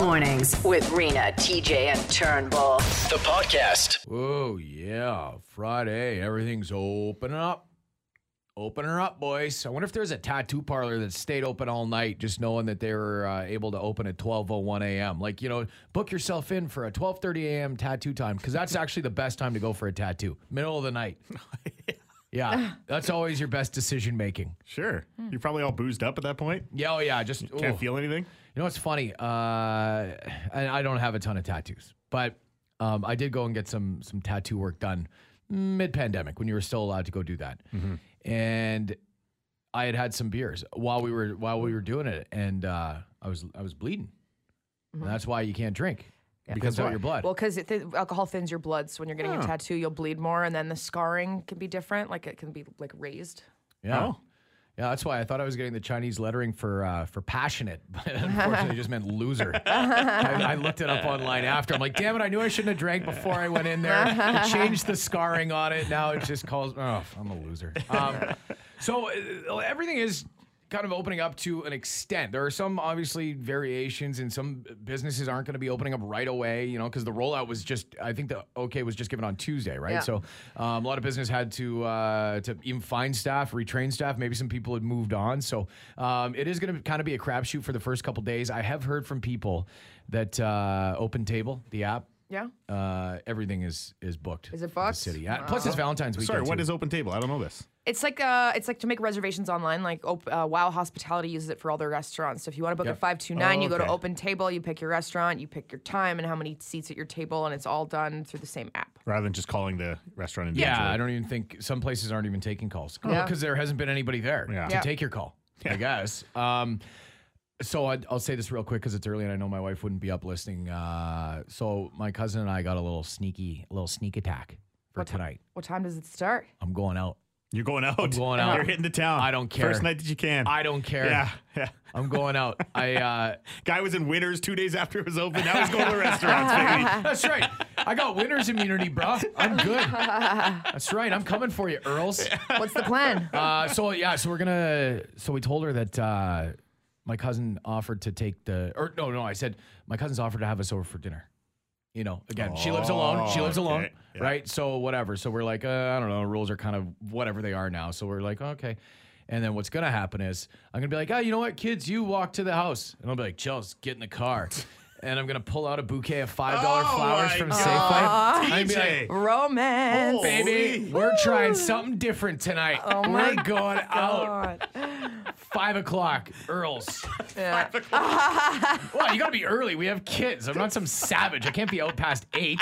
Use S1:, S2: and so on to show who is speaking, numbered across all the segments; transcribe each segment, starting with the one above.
S1: Mornings with Rena, TJ, and Turnbull.
S2: The podcast.
S3: Oh, yeah. Friday. Everything's open up. Open her up, boys. I wonder if there's a tattoo parlor that stayed open all night, just knowing that they were uh, able to open at 12:01 a.m. Like you know, book yourself in for a 12:30 a.m. tattoo time because that's actually the best time to go for a tattoo, middle of the night. yeah, that's always your best decision making.
S4: Sure. You're probably all boozed up at that point.
S3: Yeah, oh yeah, just
S4: Can't
S3: ooh.
S4: feel anything.
S3: You know what's funny? Uh, and I don't have a ton of tattoos, but um, I did go and get some some tattoo work done mid pandemic when you were still allowed to go do that, and I had had some beers while we were while we were doing it, and uh, I was I was bleeding. And that's why you can't drink because of
S4: Why?
S3: your blood.
S5: Well, because th- alcohol thins your blood, so when you're getting a tattoo, you'll bleed more, and then the scarring can be different. Like it can be like raised.
S3: yeah. Yeah, that's why I thought I was getting the Chinese lettering for uh, for passionate, but unfortunately, it just meant loser. I, I looked it up online after. I'm like, damn it, I knew I shouldn't have drank before I went in there. It changed the scarring on it. Now it just calls. Oh, I'm a loser. Um, so uh, everything is kind of opening up to an extent. There are some obviously variations, and some businesses aren't going to be opening up right away. You know, because the rollout was just, I think the okay was just given on Tuesday, right?
S5: Yeah.
S3: So um, a lot of business had to uh, to even find staff, retrain staff. Maybe some people had moved on, so um, it is going to kind of be a crapshoot for the first couple days. I have heard from people that uh, Open Table, the app.
S5: Yeah.
S3: Uh, everything is is booked.
S5: Is it
S3: for the
S5: booked?
S3: City. Yeah. Plus, it's Valentine's weekend.
S4: Sorry, what
S3: too.
S4: is open table? I don't know this.
S5: It's like uh, it's like to make reservations online. Like op- uh, Wow Hospitality uses it for all their restaurants. So if you want to book
S3: Yep.
S5: at five two nine,
S4: Oh,
S5: you go to
S4: okay.
S5: Open Table, you pick your restaurant, you pick your time and how many seats at your table, and it's all done through the same app.
S4: Rather than just calling the restaurant and
S3: Yeah, I don't even think some places aren't even taking calls because
S5: Yeah.
S3: there hasn't been anybody there
S4: Yeah.
S3: to
S4: Yeah.
S3: take your call. I guess. Um, so I, I'll say this real quick because it's early and I know my wife wouldn't be up listening. Uh, so my cousin and I got a little sneaky, a little sneak attack for tonight.
S5: What time does it start?
S3: I'm going out.
S4: You're going out.
S3: going out.
S4: You're hitting the town.
S3: I don't care.
S4: First night that you can.
S3: I don't care.
S4: Yeah. Yeah.
S3: I'm going out. I. Uh,
S4: Guy was in Winners two days after it was open. Now he's going to restaurants, baby.
S3: that's right. I got winner's immunity, bro. I'm good. That's right. I'm coming for you, Earls.
S5: What's the plan?
S3: uh, so yeah, so we're gonna. So we told her that uh, my cousin offered to take the, or no, no, I said my cousin's offered to have us over for dinner. You know, again, she lives alone. She lives
S4: Oh,
S3: alone,
S4: okay. Yeah.
S3: right? So whatever. So we're like, uh, I don't know. Rules are kind of whatever they are now. So we're like, okay. And then what's gonna happen is I'm gonna be like, oh, you know what, kids, you walk to the house, and I'll be like, Chels, get in the car. And I'm gonna pull out a bouquet of five dollar
S4: Oh
S3: flowers
S4: my
S3: from
S4: God.
S3: Safeway. I'm gonna be like,
S4: TJ.
S5: Romance.
S4: Oh.
S3: baby, we're trying something different tonight. we're going
S4: Oh.
S3: out
S5: Oh God.
S3: five o'clock, Earls.
S5: Yeah.
S3: well, you gotta be early. We have kids. I'm not some savage. I can't be out past eight.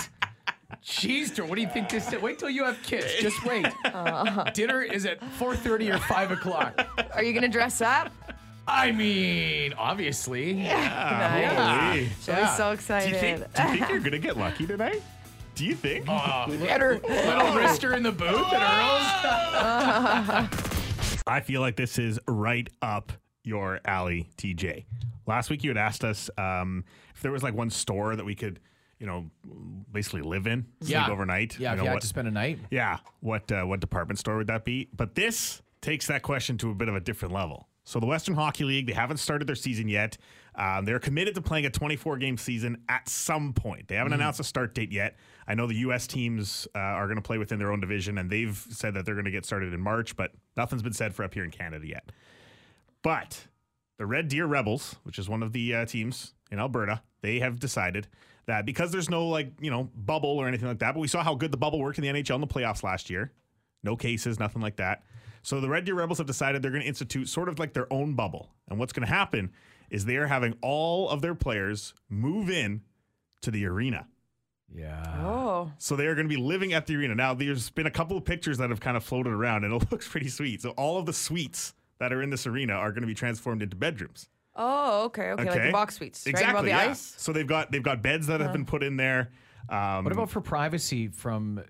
S3: Jeez, Drew, what do you think this is? Wait till you have kids. Just wait.
S5: Uh-huh.
S3: Dinner is at 4.30 or 5 o'clock.
S5: Are you gonna dress up?
S3: I mean, obviously. Yeah.
S5: Nice.
S4: Holy.
S5: She'll be so
S4: Uh-huh. Do
S5: excited.
S4: you think? Do you think you're gonna get lucky tonight? Do you think?
S3: Oh, Get her little wrister in the booth and Earls.
S4: I feel like this is right up your alley, TJ. Last week you had asked us um, if there was like one store that we could, you know, basically live in,
S3: Yeah.
S4: sleep overnight.
S3: Yeah,
S4: you
S3: if
S4: know,
S3: you had
S4: what,
S3: to spend a night.
S5: Oh.
S4: yeah, what uh, what department store would that be? But this takes that question to a bit of a different level. So the Western Hockey League, they haven't started their season yet. Um, they're committed to playing a 24 game season at some point. They haven't announced a start date yet. I know the U.S. teams uh, are going to play within their own division, and they've said that they're going to get started in March, but nothing's been said for up here in Canada yet. But the Red Deer Rebels, which is one of the uh, teams in Alberta, they have decided that because there's no like you know bubble or anything like that. But we saw how good the bubble worked in the NHL in the playoffs last year. No cases, nothing like that. So the Red Deer Rebels have decided they're going to institute sort of like their own bubble. And what's going to happen is they are having all of their players move in to the arena.
S3: Yeah.
S5: Oh.
S4: So they are going to be living at the arena. Now, there's been a couple of pictures that have kind of floated around, and it looks pretty sweet. So all of the suites that are in this arena are going to be transformed into bedrooms.
S5: Oh, okay, okay, like the box suites, right above the
S4: yeah.
S5: ice. Uh-huh.
S4: So they've got they've got beds that have been put in there. Um,
S3: What about for privacy from uh,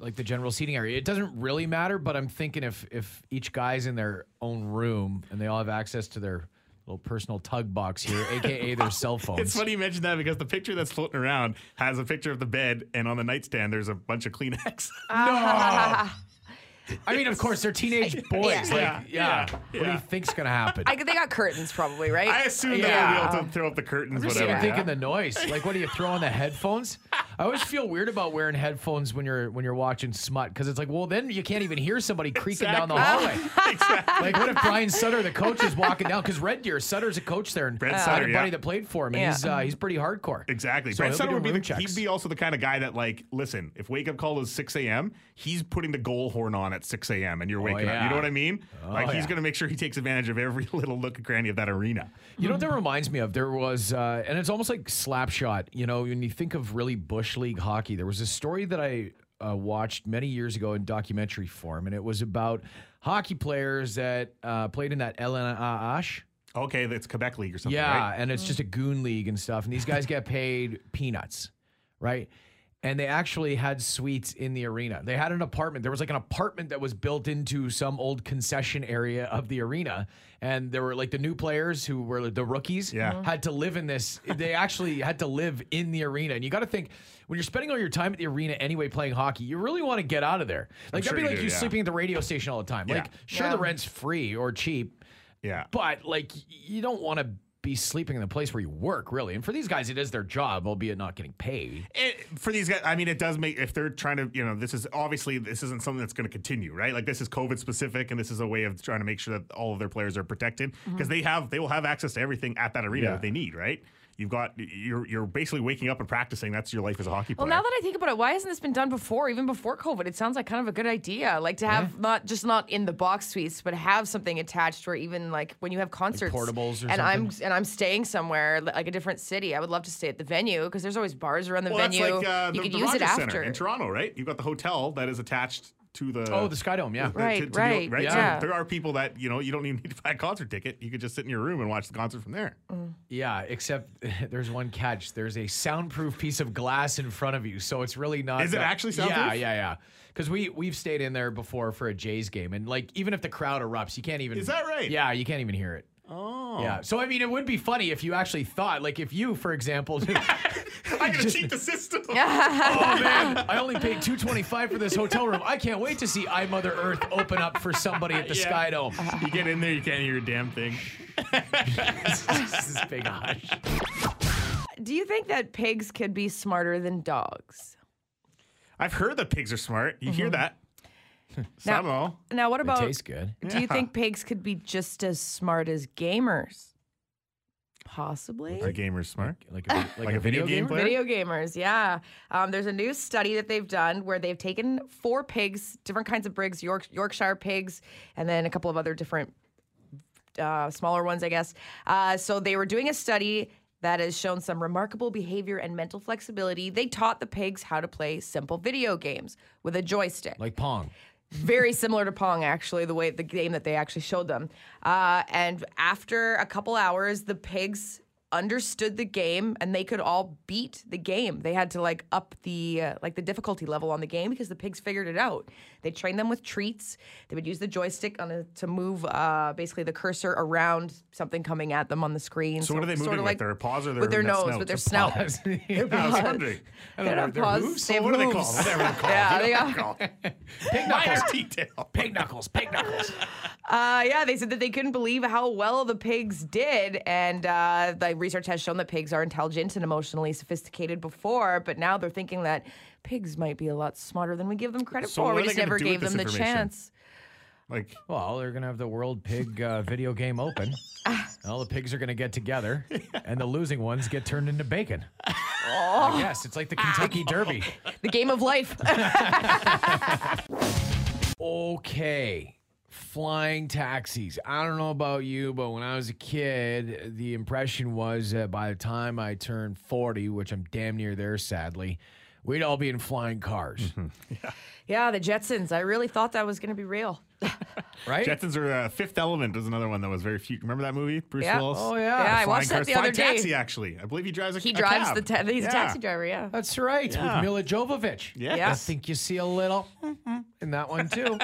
S3: like the general seating area? It doesn't really matter, but I'm thinking if if each guy's in their own room and they all have access to their little personal tug box here, aka their cell phones.
S4: It's funny you mentioned that because the picture that's floating around has a picture of the bed, and on the nightstand there's a bunch of Kleenex.
S3: No. I mean, of course, they're teenage boys.
S5: Yeah.
S3: Like,
S4: Yeah.
S3: yeah. What do
S4: Yeah.
S3: you think's gonna happen?
S5: I, they got curtains, probably, right?
S4: I assume that
S5: Yeah.
S4: they'll be able to throw up the curtains,
S3: Just
S4: whatever.
S3: even
S4: yeah.
S3: thinking the noise. Like, what do you throw on the headphones? I always feel weird about wearing headphones when you're when you're watching smut because it's like, well, then you can't even hear somebody creaking down the hallway. Like, what if Brian Sutter, the coach, is walking down? Because Red Deer Sutter's a coach there, and
S4: Brent
S3: I had
S4: Sutter,
S3: a
S4: yeah.
S3: buddy that played for him, and
S5: Yeah.
S3: he's uh, he's pretty hardcore.
S4: Exactly.
S3: So
S4: Brent
S3: he'll be
S4: Sutter would be
S3: doing
S4: the,
S3: room
S4: he'd
S3: checks.
S4: be also the kind of guy that like, listen, if wake up call is six a.m., he's putting the goal horn on at six a.m. and you're waking up. You
S3: Oh, yeah. Oh,
S4: know what I mean? like he's
S3: yeah.
S4: gonna make sure he takes advantage of every little nook and cranny of that arena.
S3: You know what that reminds me of? There was, uh, and it's almost like Slapshot. You know, when you think of really bush league hockey, there was a story that I uh, watched many years ago in documentary form, and it was about hockey players that uh, played in that LNAH.
S4: Okay, that's Quebec League or something.
S3: Yeah,
S4: Right?
S3: and it's just a goon league and stuff, and these guys get paid peanuts, right? And they actually had suites in the arena. They had an apartment. There was like an apartment that was built into some old concession area of the arena, and there were like the new players who were the rookies
S4: Yeah. Mhm.
S3: had to live in this. They actually had to live in the arena, and you got to think when you're spending all your time at the arena anyway playing hockey, you really want to get out of there. Like
S4: sure
S3: that'd be
S4: you
S3: like
S4: do,
S3: you
S4: yeah.
S3: sleeping at the radio station all the time. Like sure
S5: Yeah.
S3: the rent's free or cheap,
S4: Yeah.
S3: but like y- you don't want to be sleeping in the place where you work, really. And for these guys, it is their job, albeit not getting paid.
S4: it, Eh, for these guys, I mean, it does make if they're trying to, you know, this is obviously this isn't something that's going to continue, right? Like this is COVID specific, and this is a way of trying to make sure that all of their players are protected
S5: Mm-hmm.
S4: because they have they will have access to everything at that arena
S3: Yeah.
S4: that they need, right? You've got you're you're basically waking up and practicing. That's your life as a hockey
S5: Well,
S4: player.
S5: now that I think about it, why hasn't this been done before, even before COVID? It sounds like kind of a good idea, like to have not just not in the box suites, but have something attached, or even like when you have concerts,
S3: portables or
S5: and I'm
S3: something?
S5: and I'm staying somewhere li- like a different city. I would love to stay at the venue because there's always bars around the
S4: well, that's
S5: venue.
S4: like uh,
S5: you
S4: the,
S5: could
S4: the
S5: use
S4: Rogers
S5: it after.
S4: Center in Toronto, right? You've got the hotel that is attached to the
S3: Oh, the Skydome, yeah.
S4: to-
S5: Right,
S4: to- to the-
S5: right,
S4: right.
S5: yeah.
S4: So there are people that you know you don't even need to buy a concert ticket. You could just sit in your room and watch the concert from there.
S5: Mm.
S3: Yeah, except there's one catch. There's a soundproof piece of glass in front of you, so it's really not.
S4: Is it actually
S3: Yeah,
S4: soundproof?
S3: yeah, yeah. Because we we've stayed in there before for a Jays game, and like even if the crowd erupts, you can't even.
S4: Is that right?
S3: Yeah, you can't even hear it. Oh. Yeah. So I mean, it would be funny if you actually thought, like, if you, for example,
S4: I'm gonna cheat the system.
S3: Oh man, I only paid two twenty five for this hotel room. I can't wait to see I Mother Earth open up for somebody at the
S4: Yeah.
S3: Sky Dome.
S4: You get in there, you can't hear a damn thing.
S3: this is big hush.
S5: Do you think that pigs could be smarter than dogs?
S4: I've heard that pigs are smart. You hear that? Some all.
S5: Mm-hmm. Now, what about?
S3: Tastes good.
S5: Do you think pigs could be just as smart as gamers? Possibly.
S4: Are gamers smart?
S3: Like a, like
S4: a video game
S3: gamer?
S4: player?
S5: Video gamers, yeah. Um, there's a new study that they've done where they've taken four pigs, different kinds of pigs, York, Yorkshire pigs, and then a couple of other different uh, smaller ones, I guess. Uh, so they were doing a study that has shown some remarkable behavior and mental flexibility. They taught the pigs how to play simple video games with a joystick
S3: Like Pong.
S5: very similar to Pong, actually, the way the game that they actually showed them. Uh, and after a couple hours, the pigs understood the game and they could all beat the game. They had to like up the uh, like the difficulty level on the game because the pigs figured it out. They trained them with treats. They would use the joystick on a, to move uh, basically the cursor around something coming at them on the screen.
S4: So what are they
S5: sorta
S4: moving with?
S5: like-
S4: Their paws or their-
S5: with their
S4: that
S5: nose,
S4: snout?
S5: with their
S4: Their
S5: snout.
S3: I Oh. was
S4: I was wondering.
S5: They don't have
S3: Their
S5: paws.
S3: hooves?
S5: They have
S4: what are they
S5: hooves.
S4: called? Whatever they're called.
S5: Yeah, they are.
S3: Pig
S4: Minor
S3: knuckles.
S4: detail.
S3: Pig knuckles. Pig knuckles.
S5: Uh, yeah, they said that they couldn't believe how well the pigs did, and uh, the research has shown that pigs are intelligent and emotionally sophisticated before, but now they're thinking that pigs might be a lot smarter than we give them credit
S4: So
S5: for.
S4: what
S5: We
S4: are they
S5: just
S4: gonna
S5: never
S4: do with
S5: gave
S4: this
S5: them the
S4: information?
S5: chance.
S4: Like,
S3: Well, they're gonna have the World Pig uh, Video Game Open. And all the pigs are gonna get together, and the losing ones get turned into bacon. Oh. Yes, it's like the Kentucky Derby.
S5: The game of life.
S3: Okay. Flying taxis. I don't know about you, but when I was a kid, the impression was that by the time I turned 40, which I'm damn near there, sadly, we'd all be in flying cars,
S5: Mm-hmm. yeah, the Jetsons. I really thought that was going to be real.
S3: right?
S4: Jetsons are uh, Fifth Element is another one that was very few. Remember that movie? Bruce
S5: Yeah.
S4: Willis.
S3: Oh, yeah.
S5: Yeah, I
S4: Flying
S5: watched that
S4: cars.
S5: the
S4: Flying
S5: other day.
S4: taxi, actually. I believe he drives a
S5: He
S4: a
S5: drives
S4: cab.
S5: the ta- he's
S4: Yeah.
S5: a taxi driver. Yeah.
S3: That's right,
S4: Yeah.
S3: with Mila Jovovich.
S4: Yes.
S5: Yeah.
S3: I think you see a little in that one, too.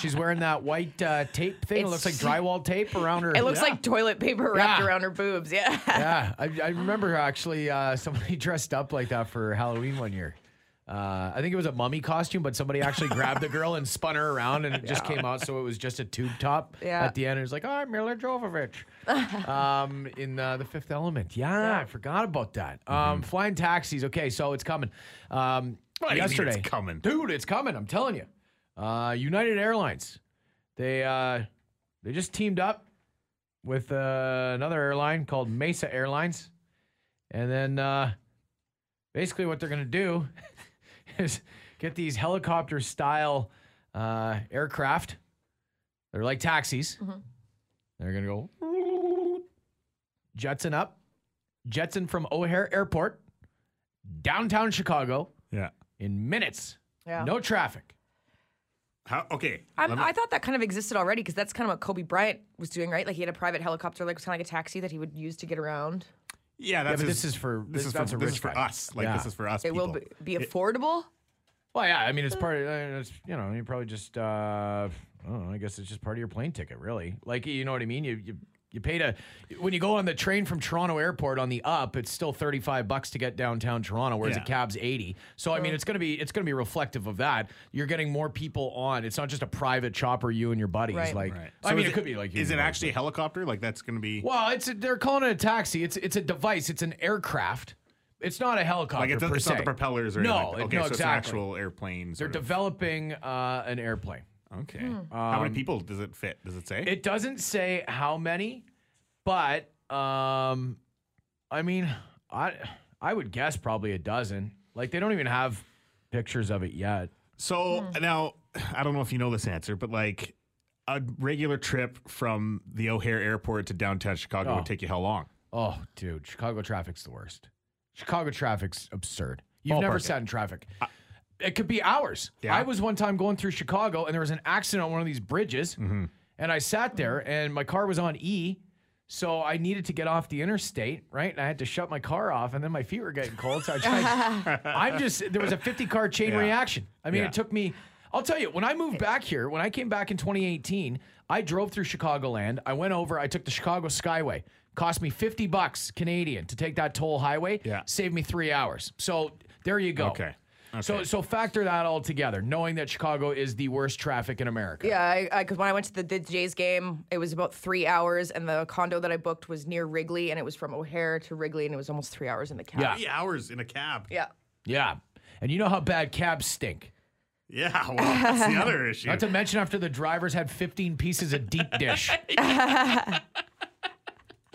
S3: She's wearing that white uh, tape thing. it
S5: It's-
S3: looks like drywall tape around her.
S5: It looks like toilet paper wrapped
S3: Yeah.
S5: around her boobs. Yeah.
S3: Yeah, I, I remember actually uh, somebody dressed up like that for Halloween one year. Uh, I think it was a mummy costume, but somebody actually grabbed the girl and spun her around, and it just came out. So it was just a tube top
S5: Yeah.
S3: at the end. It was like, "Oh, I'm Mila Jovovich," um, in uh, the Fifth Element. Yeah, I forgot about that. Um, Flying taxis. Okay, so it's coming. Um,
S4: Mm-hmm. What do you mean it's
S3: yesterday,
S4: coming?
S3: dude. It's coming. I'm telling you. Uh, United Airlines. They uh, they just teamed up with uh, another airline called Mesa Airlines, and then uh, basically what they're going to do is get these helicopter style uh, aircraft. They're like taxis. They're going to go Jetson up, Jetson from O'Hare Airport, downtown Chicago
S4: Yeah.
S3: in minutes.
S5: Yeah.
S3: No traffic.
S4: How, okay.
S5: I'm,
S4: let me-
S5: I thought that kind of existed already because that's kind of what Kobe Bryant was doing, right? Like he had a private helicopter, like kind of like a taxi that he would use to get around.
S4: yeah, that's
S3: but
S4: his-
S3: this is for-
S4: this,
S3: this-
S4: is for,
S3: that's a
S4: this is
S3: rich
S4: for
S3: guy.
S4: us. Like
S3: Yeah.
S4: this is for us.
S5: It will
S4: people.
S5: be, be affordable.
S3: Well, yeah. I mean, it's part of uh, it's you know you probably just uh, I don't know. I guess it's just part of your plane ticket, really. Like you know what I mean. You you you paid a when you go on the train from Toronto Airport on the up, it's still thirty five bucks to get downtown Toronto, whereas
S4: Yeah.
S3: a cab's eighty. So I mean, it's gonna be it's gonna be reflective of that. You're getting more people on. It's not just a private chopper, you and your buddies.
S5: Right.
S3: Like
S4: Right.
S3: I
S4: So
S3: mean,
S4: is
S3: it, could be like you
S4: Is
S3: and your
S4: it
S3: buddies,
S4: actually a helicopter? Like that's going to be.
S3: Well, it's a, they're calling it a taxi. It's it's a device. It's an aircraft. It's not a helicopter.
S4: like it's,
S3: per
S4: it's
S3: se.
S4: not the propellers or
S3: no,
S4: anything. like that.
S3: it-
S4: Okay,
S3: no,
S4: so
S3: exactly.
S4: it's an actual airplane.
S3: They're
S4: sort of-
S3: developing uh, an airplane.
S4: Okay.
S5: Hmm.
S4: How many people does it fit? Does it say?
S3: Um, It doesn't say how many, but um, I mean, I I would guess probably a dozen. Like they don't even have pictures of it yet.
S4: so
S5: Hmm.
S4: now, I don't know if you know this answer, but like a regular trip from the O'Hare Airport to downtown Chicago
S3: Oh.
S4: would take you how long?
S3: Oh, dude, Chicago traffic's the worst. Chicago traffic's absurd. You've never
S4: Ballpark it.
S3: sat in traffic. it could be hours. I was one time going through Chicago and there was an accident on one of these bridges.
S4: Mm-hmm.
S3: And I sat there and my car was on E. So I needed to get off the interstate, right? And I had to shut my car off and then my feet were getting cold. So I tried. I'm just, there was a 50 car chain reaction. I mean,
S4: Yeah.
S3: it took me, I'll tell you, when I moved back here, when I came back in 2018, I drove through Chicagoland. I went over, I took the Chicago Skyway. Cost me 50 bucks Canadian to take that toll highway.
S4: Yeah.
S3: Saved me three hours. So there you go.
S4: Okay.
S3: So
S4: Okay.
S3: so factor that all together, knowing that Chicago is the worst traffic in America.
S5: Yeah, I because when I went to the, the Jays game, it was about three hours, and the condo that I booked was near Wrigley, and it was from O'Hare to Wrigley, and it was almost three hours in the cab.
S3: Yeah.
S4: Three hours in a cab.
S5: yeah.
S3: Yeah. And you know how bad cabs stink.
S4: Yeah, well, that's the other issue.
S3: Not to mention after the drivers had 15 pieces of deep dish.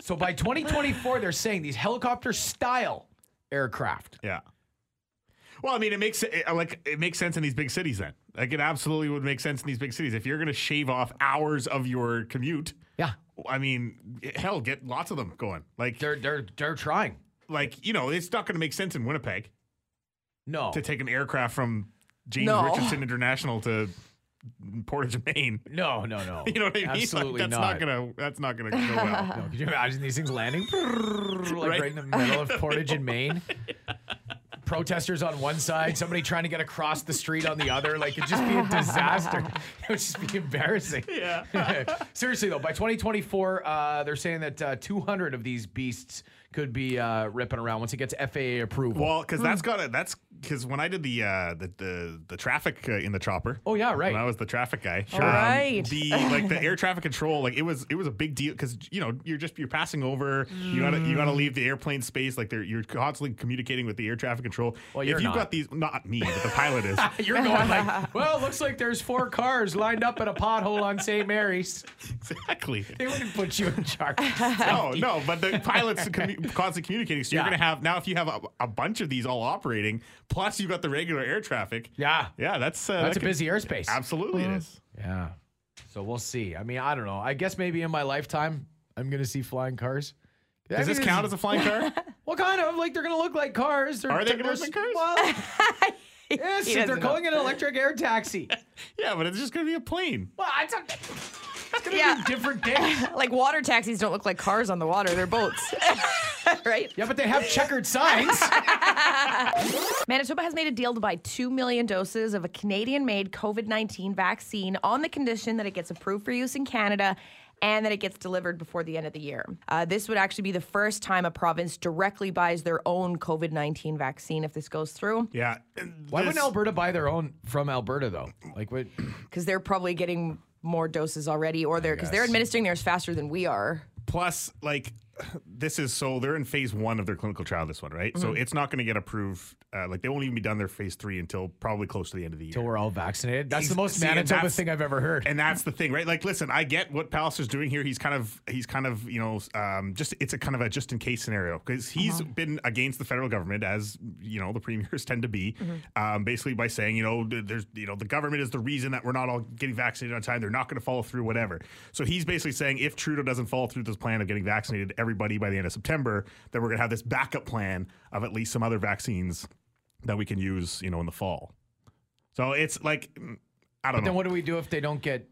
S3: so by 2024, they're saying these helicopter style aircraft.
S4: yeah. Well, I mean, it makes it, like it makes sense in these big cities. Then, like, it absolutely would make sense in these big cities. If you're going to shave off hours of your commute,
S3: Yeah.
S4: I mean, hell, get lots of them going. Like,
S3: They're they're they're trying.
S4: like you know, it's not going to make sense in Winnipeg
S3: No.
S4: to take an aircraft from James
S5: No.
S4: Richardson International to Portage, Maine.
S3: No, no, no.
S4: You know what I mean? Like,
S3: Absolutely
S4: that's
S3: not.
S4: gonna. That's not gonna go well.
S3: No, could you imagine these things landing like right,
S4: Right-
S3: in the middle of Portage in Maine? Protesters on one side, somebody trying to get across the street on the other. Like it'd just be a disaster. It would just be embarrassing. Yeah. Seriously though, by 2024, uh, they're saying that uh, 200 of these beasts could be uh, ripping around once it gets FAA approval.
S4: Well, because
S3: Hmm.
S4: that's got to That's because when I did the uh, the the, the traffic uh, in the chopper.
S3: Oh, yeah, right.
S4: When I was the traffic guy. Sure.
S5: Right.
S4: The like the air traffic control, like it was it was a big deal because you know you're just you're passing over. You gotta you gotta leave the airplane space. Like they're you're constantly communicating with the air traffic control.
S3: Well,
S4: if
S3: you're
S4: you've
S3: not.
S4: got these, not me, but the pilot is.
S3: You're going like, well, looks like there's four cars lined up in a pothole on St. Mary's.
S4: exactly.
S3: They wouldn't put you in charge.
S4: No, no, but the pilot's commu- constantly communicating. So you're
S3: Yeah.
S4: going to have, now if you have a, a bunch of these all operating, plus you've got the regular air traffic.
S3: Yeah.
S4: Yeah, that's uh,
S3: That's
S4: that
S3: a
S4: could-
S3: busy Mm-hmm. airspace.
S4: Absolutely, it is.
S3: Yeah. So we'll see. I mean, I don't know. I guess maybe in my lifetime, I'm going to see flying cars. I
S4: Does
S3: mean,
S4: this count as a flying car?
S3: Well, kind of. Like, they're going to look like cars. They're,
S4: Are they
S3: they're-
S4: gonna look like cars?
S3: Well, yes,
S5: He
S3: they're
S5: doesn't know.
S3: calling it an electric air taxi.
S4: yeah, but it's just going to be a plane.
S3: Well, it's, a, it's going to
S5: Yeah.
S3: be different things.
S5: Like water taxis don't look like cars on the water; they're boats, right?
S3: Yeah, but they have checkered signs.
S5: Manitoba has made a deal to buy 2 million doses of a Canadian made COVID 19 vaccine on the condition that it gets approved for use in Canada and then it gets delivered before the end of the year. Uh, this would actually be the first time a province directly buys their own COVID 19 vaccine if this goes through,
S4: Yeah.
S3: Why wouldn't Alberta buy their own from Alberta though? Like, what?
S5: because they're probably getting more doses already, or they're because they're
S3: guess.
S5: administering theirs faster than we are.
S4: Plus, like, this is so they're in phase one of their clinical trial, this one, right? So it's not going to get approved. Uh, like, they won't even be done their phase three until probably close to the end of the year.
S3: Till we're all vaccinated. That's the
S4: Ex-
S3: most
S4: see, and
S3: Manitoba
S4: that's-
S3: thing I've ever heard.
S4: and that's the thing, right? Like, listen, I get what Palliser's doing here. He's kind of, he's kind of, you know, um, just it's a kind of a just in case scenario because he's been against the federal government, as you know, the premiers tend to be, um, basically by saying, you know, th- there's, you know, the government is the reason that we're not all getting vaccinated on time. They're not going to follow through, whatever. So he's basically saying if Trudeau doesn't follow through this plan of getting vaccinated everybody by the end of September, then we're going to have this backup plan of at least some other vaccines that we can use, you know, in the fall. So it's like. mm, I don't know.
S3: Then what do we do if they don't get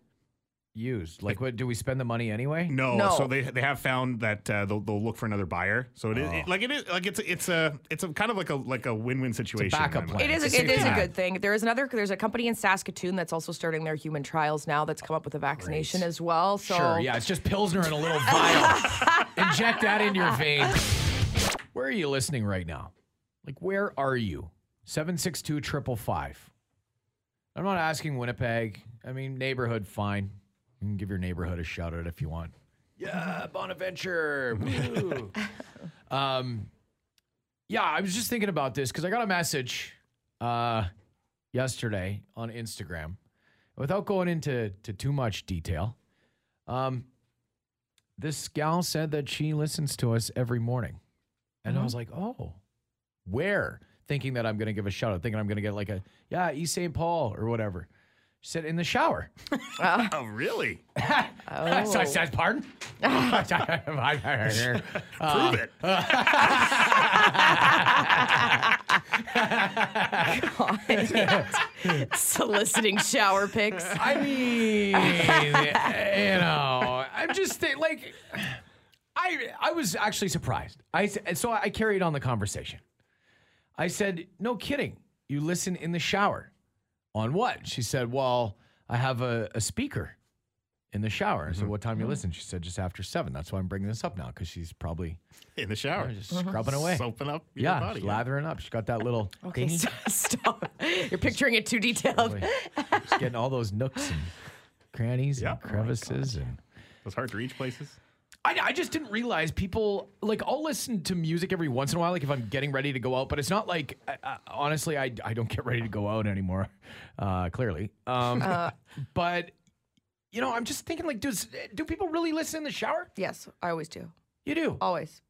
S3: used? Like, what do we spend the money anyway?
S4: No,
S5: No.
S4: so they they have found that uh, they'll they'll look for another buyer. So it is
S5: Oh.
S4: it- like it is like it's it's a it's a kind of like a like a win win situation. in
S3: backup
S4: my mind.
S3: plan.
S5: It is.
S3: It's
S5: A,
S3: a
S5: it is a
S3: safety
S5: good thing. There is another. There's a company in Saskatoon that's also starting their human trials now. That's come up with a vaccination as well. So
S3: Sure, yeah, it's just Pilsner in a little vial. Inject that in your vein. Where are you listening right now? Like, where are you? 762 555. I'm not asking Winnipeg. I mean, neighborhood, fine. You can give your neighborhood a shout out if you want. Yeah, Bonaventure. woo. um, yeah, I was just thinking about this because I got a message uh, yesterday on Instagram. Without going into to too much detail, um, this gal said that she listens to us every morning. And I was like, oh, where? Thinking that I'm going to give a shout out, thinking I'm going to get like a, yeah, East St. Paul or whatever. She said, in the shower.
S4: Oh really?
S3: so I said, pardon?
S5: Uh,
S4: Prove it.
S5: soliciting shower pics.
S3: I mean, eh, you know, I'm just thi- like, I I was actually surprised. I s- and so I carried on the conversation. I said, "No kidding, you listen in the shower." On what? She said, "Well, I have a, a speaker in the shower." I said,
S4: Mm-hmm.
S3: "What time you listen?" She said, "Just after seven. That's why I'm bringing this up now because she's probably
S4: In the shower,
S3: just scrubbing away.
S4: soaping up your
S3: yeah,
S4: body.
S3: she's lathering up. She's got that little
S5: Okay,
S3: thingy.
S5: st- stop. You're picturing it too detailed.
S3: She's getting all those nooks and crannies
S4: Yeah. Oh
S3: and
S4: my
S3: crevices and.
S4: It's hard to reach places.
S3: I, I just didn't realize people like I'll listen to music every once in a while, like if I'm getting ready to go out. But it's not like I, I, honestly, I I don't get ready to go out anymore. Uh, clearly, um,
S5: Uh.
S3: but you know, I'm just thinking like, does do people really listen in the shower?
S5: Yes, I always do.
S3: You do.
S5: Always.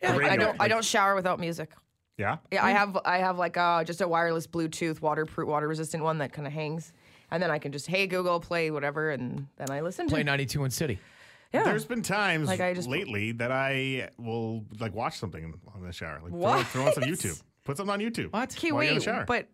S3: Yeah,
S5: I
S4: Radio,
S5: don't. I
S4: like-
S5: don't shower without music.
S4: Yeah.
S5: Yeah, I have. I have like uh, just a wireless Bluetooth waterproof, water resistant one that kind of hangs, and then I can just hey Google play whatever, and then I listen to.
S3: Play
S5: it.
S3: 92 in city.
S5: yeah.
S4: There's been times
S5: Like, I just-
S4: lately that I will like watch something on the shower, like throw,
S5: What?
S4: throw on some YouTube, put something on YouTube.
S3: What?
S5: okay,
S4: while you're in the
S5: wait,
S4: shower.
S5: but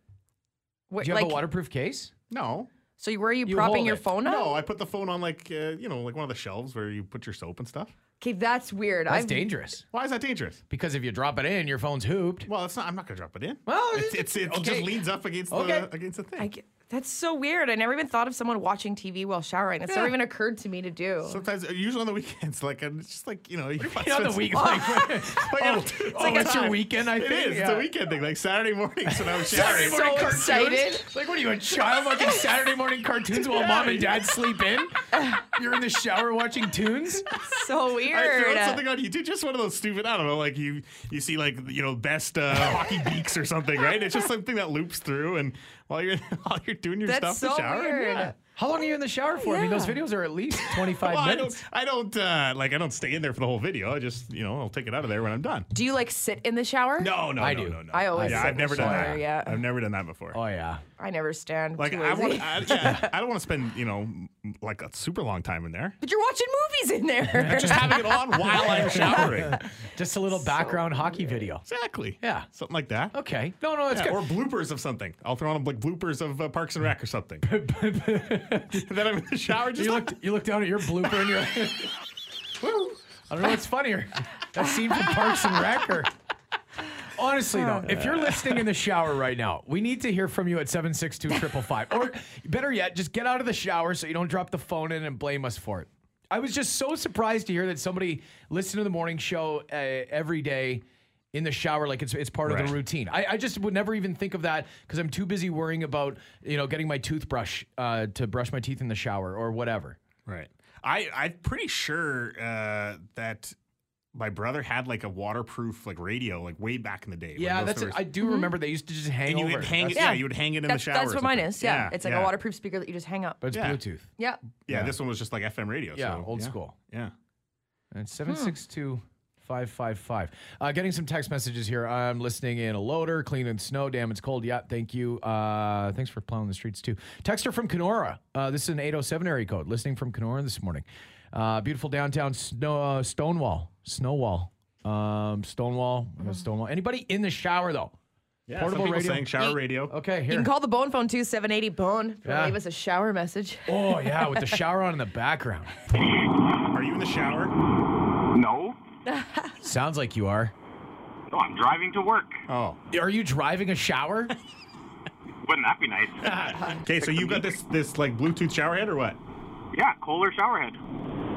S5: what,
S3: Do you have
S5: like,
S3: a waterproof case?
S4: No,
S5: so where are you,
S3: You
S5: propping
S3: hold
S5: your
S3: it.
S5: phone up?
S4: no, I put the phone on like uh, you know like one of the shelves where you put your soap and stuff.
S5: Okay, that's weird.
S3: That's
S5: I've,
S3: dangerous
S4: Why is that dangerous?
S3: because if you drop it in, your phone's hooped.
S4: Well, it's not. I'm not gonna drop it in.
S3: Well,
S4: it's, it's, it
S3: okay.
S4: just leans up against
S3: Okay.
S4: the against the thing.
S5: I get- that's so weird. I never even thought of someone watching TV while showering. That's never
S3: Yeah.
S5: even occurred to me to do.
S4: Sometimes, uh, usually on the weekends, like I'm just like you know, you
S3: You know, the week, like,
S4: Like,
S3: oh,
S4: it's
S3: oh, it's your weekend, I
S4: It
S3: think,
S4: is. It's a
S3: yeah.
S4: weekend thing, like Saturday mornings when I was
S3: Saturday
S4: showering.
S5: So
S3: morning cartoons?
S5: excited.
S3: Like, what are you, a child watching Saturday morning cartoons while mom and dad sleep in? You're in the shower watching tunes?
S5: so
S4: I
S5: weird.
S4: found something on YouTube, just one of those stupid. I don't know, like you, you see like you know best uh, hockey beaks or something, right? It's just something that loops through, and while you're while you're doing your
S5: That's
S4: stuff, in the
S5: so
S4: shower,
S5: weird.
S4: yeah.
S3: How long are you in the shower for? I mean, those
S5: Yeah.
S3: videos are at least 25
S4: Well, I
S3: minutes.
S4: don't, I don't uh, like, I don't stay in there for the whole video. I just, you know, I'll take it out of there when I'm done.
S5: Do you like sit in the shower?
S4: No, no,
S3: I
S4: no,
S3: do.
S4: no, no.
S5: I always
S4: yeah,
S5: sit
S4: I've
S5: in the
S4: never done
S5: shower,
S4: that.
S5: yeah.
S4: I've never done that before.
S3: Oh, yeah.
S5: I never stand.
S4: Like
S5: Too
S4: I
S5: lazy.
S4: want, I, yeah, I don't want to spend you know m- like a super long time in there.
S5: but you're watching movies in there.
S4: Just having it on while I'm showering.
S3: Just a little background hockey video.
S4: Exactly.
S3: Yeah.
S4: Something like that.
S3: Okay. No, no, that's
S4: Yeah, or
S3: good.
S4: bloopers of something. I'll throw on like bloopers of uh, Parks and Rec or something. and then I'm in the shower just
S3: You
S4: like,
S3: looked, you looked down at your blooper and you're like,
S4: woo.
S3: I don't know what's funnier. That scene from Parks and Rec or. Honestly, though, if you're listening in the shower right now, we need to hear from you at 762 Or better yet, just get out of the shower so you don't drop the phone in and blame us for it. I was just so surprised to hear that somebody listened to the morning show uh, every day in the shower like it's it's part of
S4: Right.
S3: the routine. I, I just would never even think of that because I'm too busy worrying about you know getting my toothbrush uh, to brush my teeth in the shower or whatever.
S4: Right. I I'm pretty sure uh, that my brother had like a waterproof like radio like way back in the day. when
S3: Yeah,
S4: those
S3: that's
S4: there
S3: it.
S4: was-
S3: I do remember they used to just hang
S4: and you
S3: over.
S4: would hang it.
S3: That's-
S4: Yeah.
S5: Yeah.
S4: you would hang it in
S5: That's,
S4: the shower.
S5: that's
S4: or
S5: what mine
S4: something.
S5: is. Yeah. It's like
S4: yeah.
S5: a waterproof speaker that you just hang up.
S3: but it's
S4: Yeah.
S3: Bluetooth.
S5: Yeah.
S4: Yeah, this one was just like FM radio.
S3: Yeah,
S4: so,
S3: old school.
S4: Yeah.
S3: And seven six two five five five. Uh, getting some text messages here. I'm listening in a loader, cleaning snow. Damn, it's cold. Yeah, thank you. Uh, thanks for plowing the streets too. Texter from Kenora. Uh, this is an 807 area code. Listening from Kenora this morning. Uh, beautiful downtown snow, uh, Stonewall. Snowwall. Um, Stonewall. uh, Stonewall. Anybody in the shower though?
S4: Yeah,
S3: Portable
S4: some people
S3: radio.
S4: saying shower radio.
S3: Okay,
S5: You
S3: here.
S5: can call the Bone phone too, 780 Bone. If you want
S3: Yeah.
S5: to leave us a shower message.
S3: oh yeah, with the shower on in the background.
S4: Are you in the shower?
S2: No.
S3: Sounds like you are.
S2: No, I'm driving to work.
S4: Oh.
S3: Are you driving a shower?
S2: Wouldn't that be nice?
S4: Okay, so you got this this like Bluetooth shower head or what?
S2: yeah, Kohler showerhead.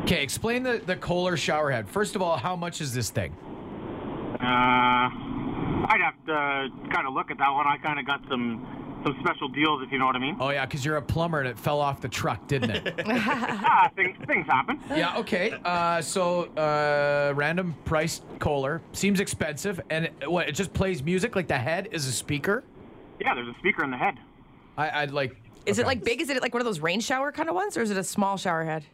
S3: Okay, explain the, the Kohler shower head. First of all, how much is this thing?
S2: Uh, I'd have to kind of look at that one. I kind of got some some special deals, if you know what I mean.
S3: Oh, yeah, because you're a plumber and it fell off the truck, didn't it?
S2: Ah, things things happen.
S3: yeah, okay. Uh, so, uh, random priced Kohler seems expensive. And it, what, it just plays music? Like the head is a speaker?
S2: Yeah, there's a speaker in the head.
S3: I, I'd like.
S5: Is it
S3: okay.
S5: like big? Is it like one of those rain shower kind of ones, or is it a small shower head?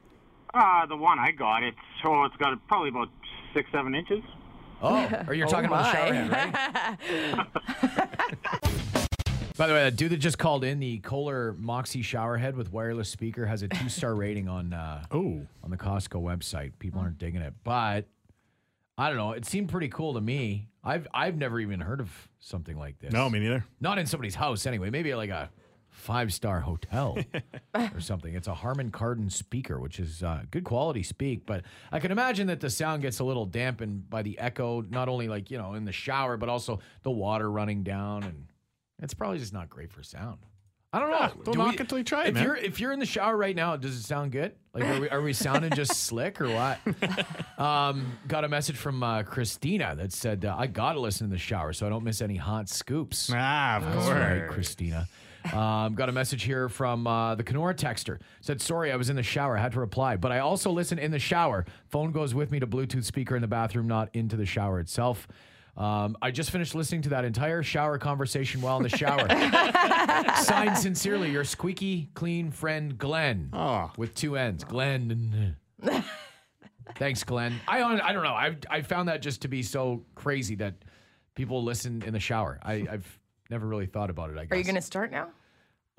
S2: Uh, the one I got, it's oh, it's got probably about six, seven inches.
S3: Oh, or you're
S5: Oh
S3: talking about the shower
S5: my.
S3: head, right? By the way, that dude that just called in, the Kohler Moxie shower head with wireless speaker, has a two star rating on uh,
S4: Oh.
S3: on the Costco website. People aren't digging it, but I don't know. It seemed pretty cool to me. I've I've never even heard of something like this.
S4: No, me neither.
S3: not in somebody's house anyway. Maybe like a five star hotel or something. It's a Harman Kardon speaker, which is uh, good quality speak, but I can imagine that the sound gets a little dampened by the echo, not only like you know in the shower, but also the water running down, and it's probably just not great for sound. I don't know.
S4: Yeah, don't
S3: Do
S4: knock it till you try it,
S3: If
S4: man.
S3: you're if you're in the shower right now, does it sound good? Like are we, are we sounding just slick or what? Um, got a message from uh, Christina that said uh, I gotta listen in the shower so I don't miss any hot scoops.
S4: Ah, of
S3: That's
S4: course.
S3: right, Christina. Um, got a message here from uh, the Kenora texter. Said, sorry, I was in the shower. had to reply. But I also listen in the shower. Phone goes with me to Bluetooth speaker in the bathroom, not into the shower itself. Um, I just finished listening to that entire shower conversation while in the shower. Signed sincerely, your squeaky clean friend, Glenn.
S5: Ah.
S4: Oh.
S3: With two N's. Glenn. Thanks, Glenn. I hon- I don't know. I I found that just to be so crazy that people listen in the shower. I, I've never really thought about it. I guess.
S5: Are you gonna start now?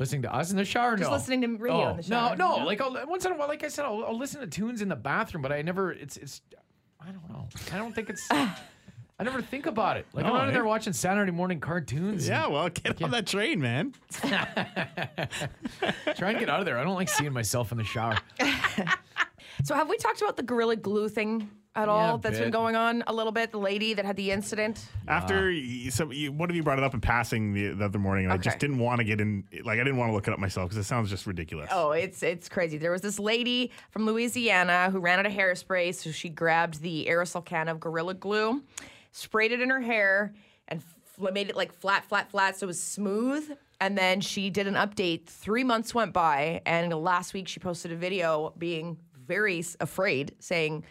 S3: listening to us in the shower?
S5: Just
S3: no.
S5: listening to radio
S3: oh,
S5: in the shower.
S3: No, no.
S5: Yeah.
S3: Like I'll, once in a while, like I said, I'll, I'll listen to tunes in the bathroom, but I never. It's it's. I don't know. I don't think it's. I never think about it. Like I'm
S4: No,
S3: out
S4: eh?
S3: there watching Saturday morning cartoons. and
S4: Yeah, well, get on that train, man.
S3: Try and get out of there. I don't like seeing myself in the shower.
S5: So have we talked about the gorilla glue thing at all?
S3: a
S5: That's
S3: bit.
S5: been going on a little bit. The lady that had the incident.
S3: Ah.
S4: After y- so you, one of you brought it up in passing the, the other morning, and I just
S5: Okay.
S4: didn't want to get in. Like I didn't want to look it up myself because it sounds just ridiculous.
S5: Oh, it's it's crazy. There was this lady from Louisiana who ran out of hairspray, so she grabbed the aerosol can of gorilla glue, sprayed it in her hair, and f- made it like flat, flat, flat, so it was smooth. And then she did an update. Three months went by, and last week she posted a video being very s- afraid, saying,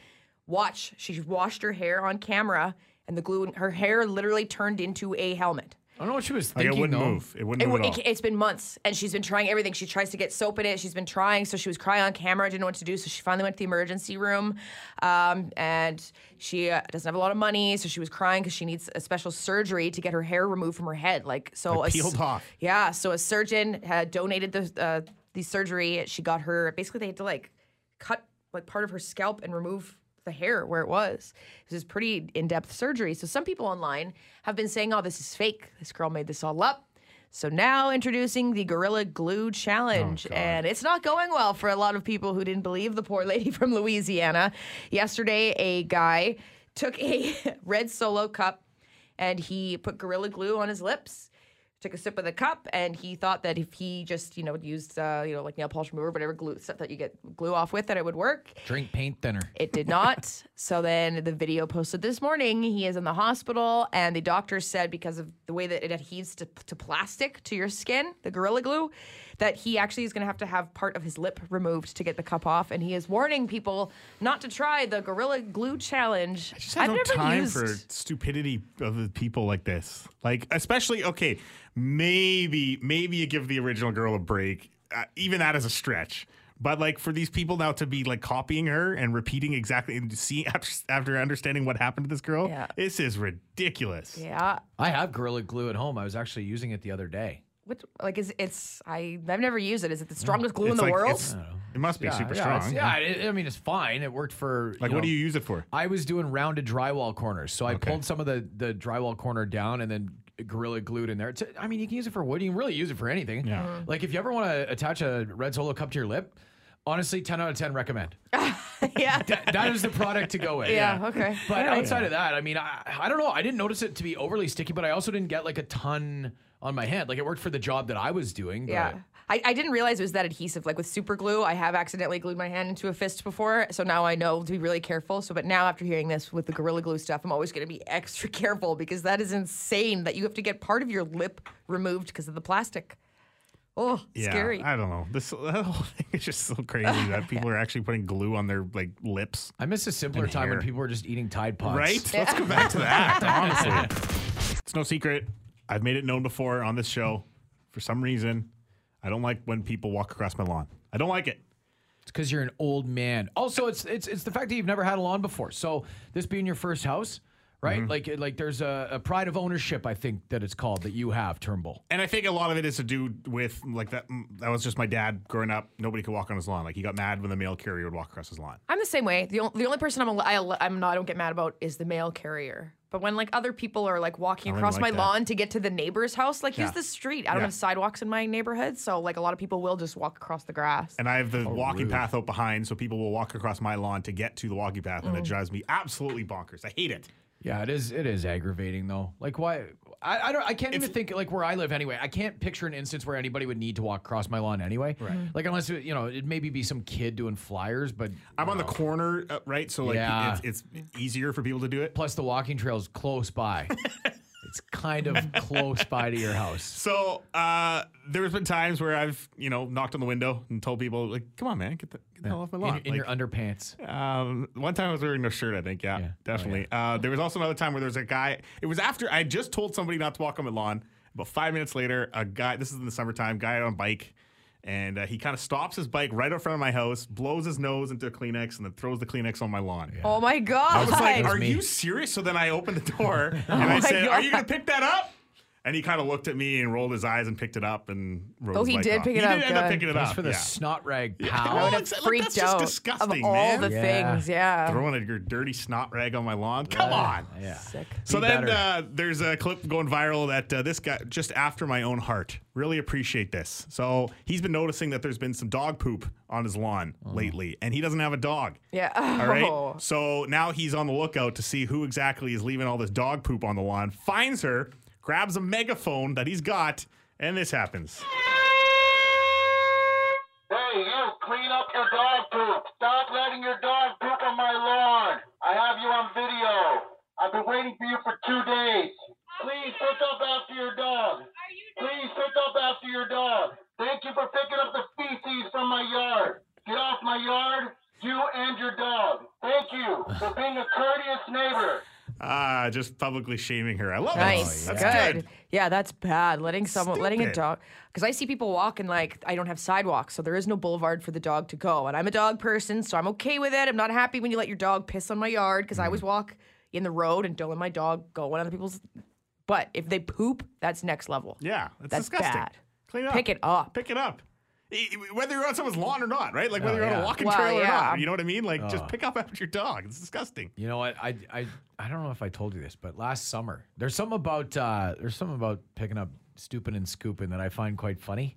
S5: "Watch." She washed her hair on camera, and the glue, in her hair literally turned into a helmet.
S3: I don't know what she was
S4: like
S3: thinking.
S4: it wouldn't
S3: though.
S4: move. It wouldn't
S5: It,
S4: move at all.
S5: it, it's been months, and she's been trying everything. She tries to get soap in it. She's been trying, so she was crying on camera, didn't know what to do. So she finally went to the emergency room, um, and she uh, doesn't have a lot of money, so she was crying because she needs a special surgery to get her hair removed from her head. Like so,
S4: Like
S5: a s-
S4: peeled off.
S5: Yeah, so a surgeon had donated the uh, the surgery. She got her basically they had to like cut like part of her scalp and remove the hair where it was. This is pretty in depth surgery. So some people online have been saying, "Oh, this is fake. This girl made this all up." So now introducing the Gorilla Glue
S4: Oh,
S5: Challenge. and it's not going well for a lot of people who didn't believe the poor lady from Louisiana. Yesterday, a guy took a red solo cup and he put Gorilla Glue on his lips took a sip of the cup, and he thought that if he just, you know, used, uh, you know, like nail polish remover, whatever glue stuff that you get glue off with, that it would work.
S3: Drink paint thinner.
S5: It did not. so then the video posted this morning. He is in the hospital, and the doctor said because of the way that it adheres to, to plastic to your skin, the Gorilla Glue, that he actually is going to have to have part of his lip removed to get the cup off. And he is warning people not to try the Gorilla Glue challenge.
S4: I just have no time for stupidity of the people like this. Like, especially okay, maybe maybe you give the original girl a break. Uh, even that is a stretch. But like for these people now to be like copying her and repeating exactly and see after, after understanding what happened to this girl,
S5: Yeah.
S4: this is ridiculous.
S5: Yeah.
S3: I have Gorilla Glue at home. I was actually using it the other day.
S5: What, like is it's I I've never used it. Is it the strongest glue in
S4: It's
S5: the
S4: like-
S5: world?
S4: it's- It must be super
S3: yeah, it's-
S4: strong.
S3: Yeah, it, I mean, it's fine. It worked for.
S4: Like,
S3: know,
S4: what do you use it for?
S3: I was doing rounded drywall corners, so I pulled some of the the drywall corner down and then gorilla glued in there. It's, I mean, you can use it for wood. You can really use it for anything.
S4: Yeah.
S5: Mm-hmm.
S4: Mhm.
S3: Like if you ever want to attach a red Solo cup to your lip, honestly, ten out of ten recommend.
S5: yeah.
S3: That, that is the product to go with.
S5: Yeah, okay.
S3: But
S5: All
S4: um,
S5: right.
S3: outside of that, I mean, I, I don't know. I didn't notice it to be overly sticky, but I also didn't get like a ton on my hand. Like it worked for the job that I was doing. But
S5: Yeah. I, I didn't realize it was that adhesive. Like with super glue, I have accidentally glued my hand into a fist before, so now I know to be really careful. So, but now after hearing this with the Gorilla Glue stuff, I'm always going to be extra careful because that is insane that you have to get part of your lip removed because of the plastic. Oh,
S4: Yeah,
S5: scary.
S4: I don't know. This that whole thing is just so crazy that people are actually putting glue on their like lips.
S3: I miss a simpler
S4: And
S3: time when
S4: hair.
S3: people were just eating Tide Pods.
S4: Right? Let's go back to that. Honestly, it's no secret. I've made it known before on this show. For some reason, I don't like when people walk across my lawn. I don't like it.
S3: It's because you're an old man. Also, it's it's it's the fact that you've never had a lawn before. So this being your first house, right? Like like there's a, a pride of ownership, I think that it's called that you have Turnbull.
S4: And I think a lot of it is to do with like that. mm, That was just my dad growing up. Nobody could walk on his lawn. Like he got mad when the mail carrier would walk across his lawn.
S5: I'm the same way. The, on- the only person I'm, al- I, al- I'm not, I don't get mad about is the mail carrier. But when like other people are like walking
S4: I really
S5: across my
S4: like that.
S5: lawn to get to the neighbor's house, like
S4: Yeah.
S5: use the street. I don't
S4: Yeah.
S5: have sidewalks in my neighborhood, so like a lot of people will just walk across the grass.
S4: And I have the walking
S3: rude.
S4: path out behind, so people will walk across my lawn to get to the walking path, and it drives me absolutely bonkers. I hate it.
S3: Yeah, it is. It is aggravating though. Like why? I, I don't. I can't even think like where I live anyway. I can't picture an instance where anybody would need to walk across my lawn anyway. Right. Like unless it, you know it maybe be some kid doing flyers, but
S4: I'm on the corner, uh, right? So like,
S3: Yeah.
S4: it's, it's easier for people to do it.
S3: plus the walking trail is close by. it's kind of close by to your house.
S4: So uh, there's been times where I've you know knocked on the window and told people like, "Come on, man, get the, get the hell off my
S3: In,
S4: lawn."
S3: in your
S4: Like,
S3: underpants.
S4: um, one time I was wearing no shirt, I think. Yeah,
S3: Yeah. Oh,
S4: definitely. Uh, there was also another time where there was a guy. It was after I had just told somebody not to walk on my lawn. But five minutes later, a guy. This is in the summertime. Guy on bike. And uh, he kind of stops his bike right in front of my house, blows his nose into a Kleenex, and then throws the Kleenex on my lawn.
S5: Oh my god!
S4: I was like, "Are
S3: me.
S4: you serious?" So then I opened the door and I
S5: Oh my
S4: said, "Are you
S5: God.
S4: going to pick that up?" And he kind of looked at me and rolled his eyes and picked it up and rode
S5: Oh,
S4: his
S5: he
S4: bike
S5: did
S4: off.
S5: pick it
S4: he
S5: up,
S4: did end up
S5: good.
S4: picking it
S3: That's
S4: up.
S3: for the
S4: yeah.
S3: snot rag
S4: I
S3: pal.
S4: would
S5: I
S4: have
S5: would have
S4: said, like,
S5: freaked
S4: that's just
S5: out
S4: disgusting,
S5: of all
S4: man.
S5: the
S3: Yeah.
S5: things. Yeah,
S4: Throwing your dirty snot rag on my lawn. Come on.
S3: Yeah.
S5: sick.
S4: So
S3: Be
S4: then
S3: better.
S4: uh, there's a clip going viral that uh, this guy, just after my own heart, really appreciate this. So he's been noticing that there's been some dog poop on his lawn
S5: Oh.
S4: lately, and he doesn't have a dog.
S5: Yeah.
S4: All right.
S5: Oh.
S4: So now he's on the lookout to see who exactly is leaving all this dog poop on the lawn. Finds her, grabs a megaphone that he's got, and this happens.
S6: Hey, you, clean up your dog poop. Stop letting your dog poop on my lawn. I have you on video. I've been waiting for you for two days. Please pick up after your dog. Please pick up after your dog. Thank you for picking up the feces from my yard. Get off my yard, you and your dog. Thank you for being a courteous neighbor.
S4: Ah, just publicly shaming her. I love
S5: Nice.
S4: it. That's good.
S5: Yeah, that's bad. Letting someone letting a
S4: Oh, Stupid.
S5: dog because I see people walk and like I don't have sidewalks, so there is no boulevard for the dog to go. And I'm a dog person, so I'm okay with it. I'm not happy when you let your dog piss on my yard because I always walk in the road and don't let my dog go on other people's. But if they poop, that's next level.
S4: Yeah, that's,
S5: That's
S4: disgusting.
S5: bad.
S4: Clean up.
S5: Pick it up.
S4: Pick it up. E- e- Whether you're on someone's lawn or not, right? Like whether you're on
S3: Oh, yeah. Oh.
S4: a walking
S5: Well,
S4: trail or
S5: yeah.
S4: not. You know what I mean? Like just pick up after your dog. It's disgusting.
S3: You know what? I, I I don't know if I told you this, but last summer there's something about uh, there's something about picking up stooping and scooping that I find quite funny.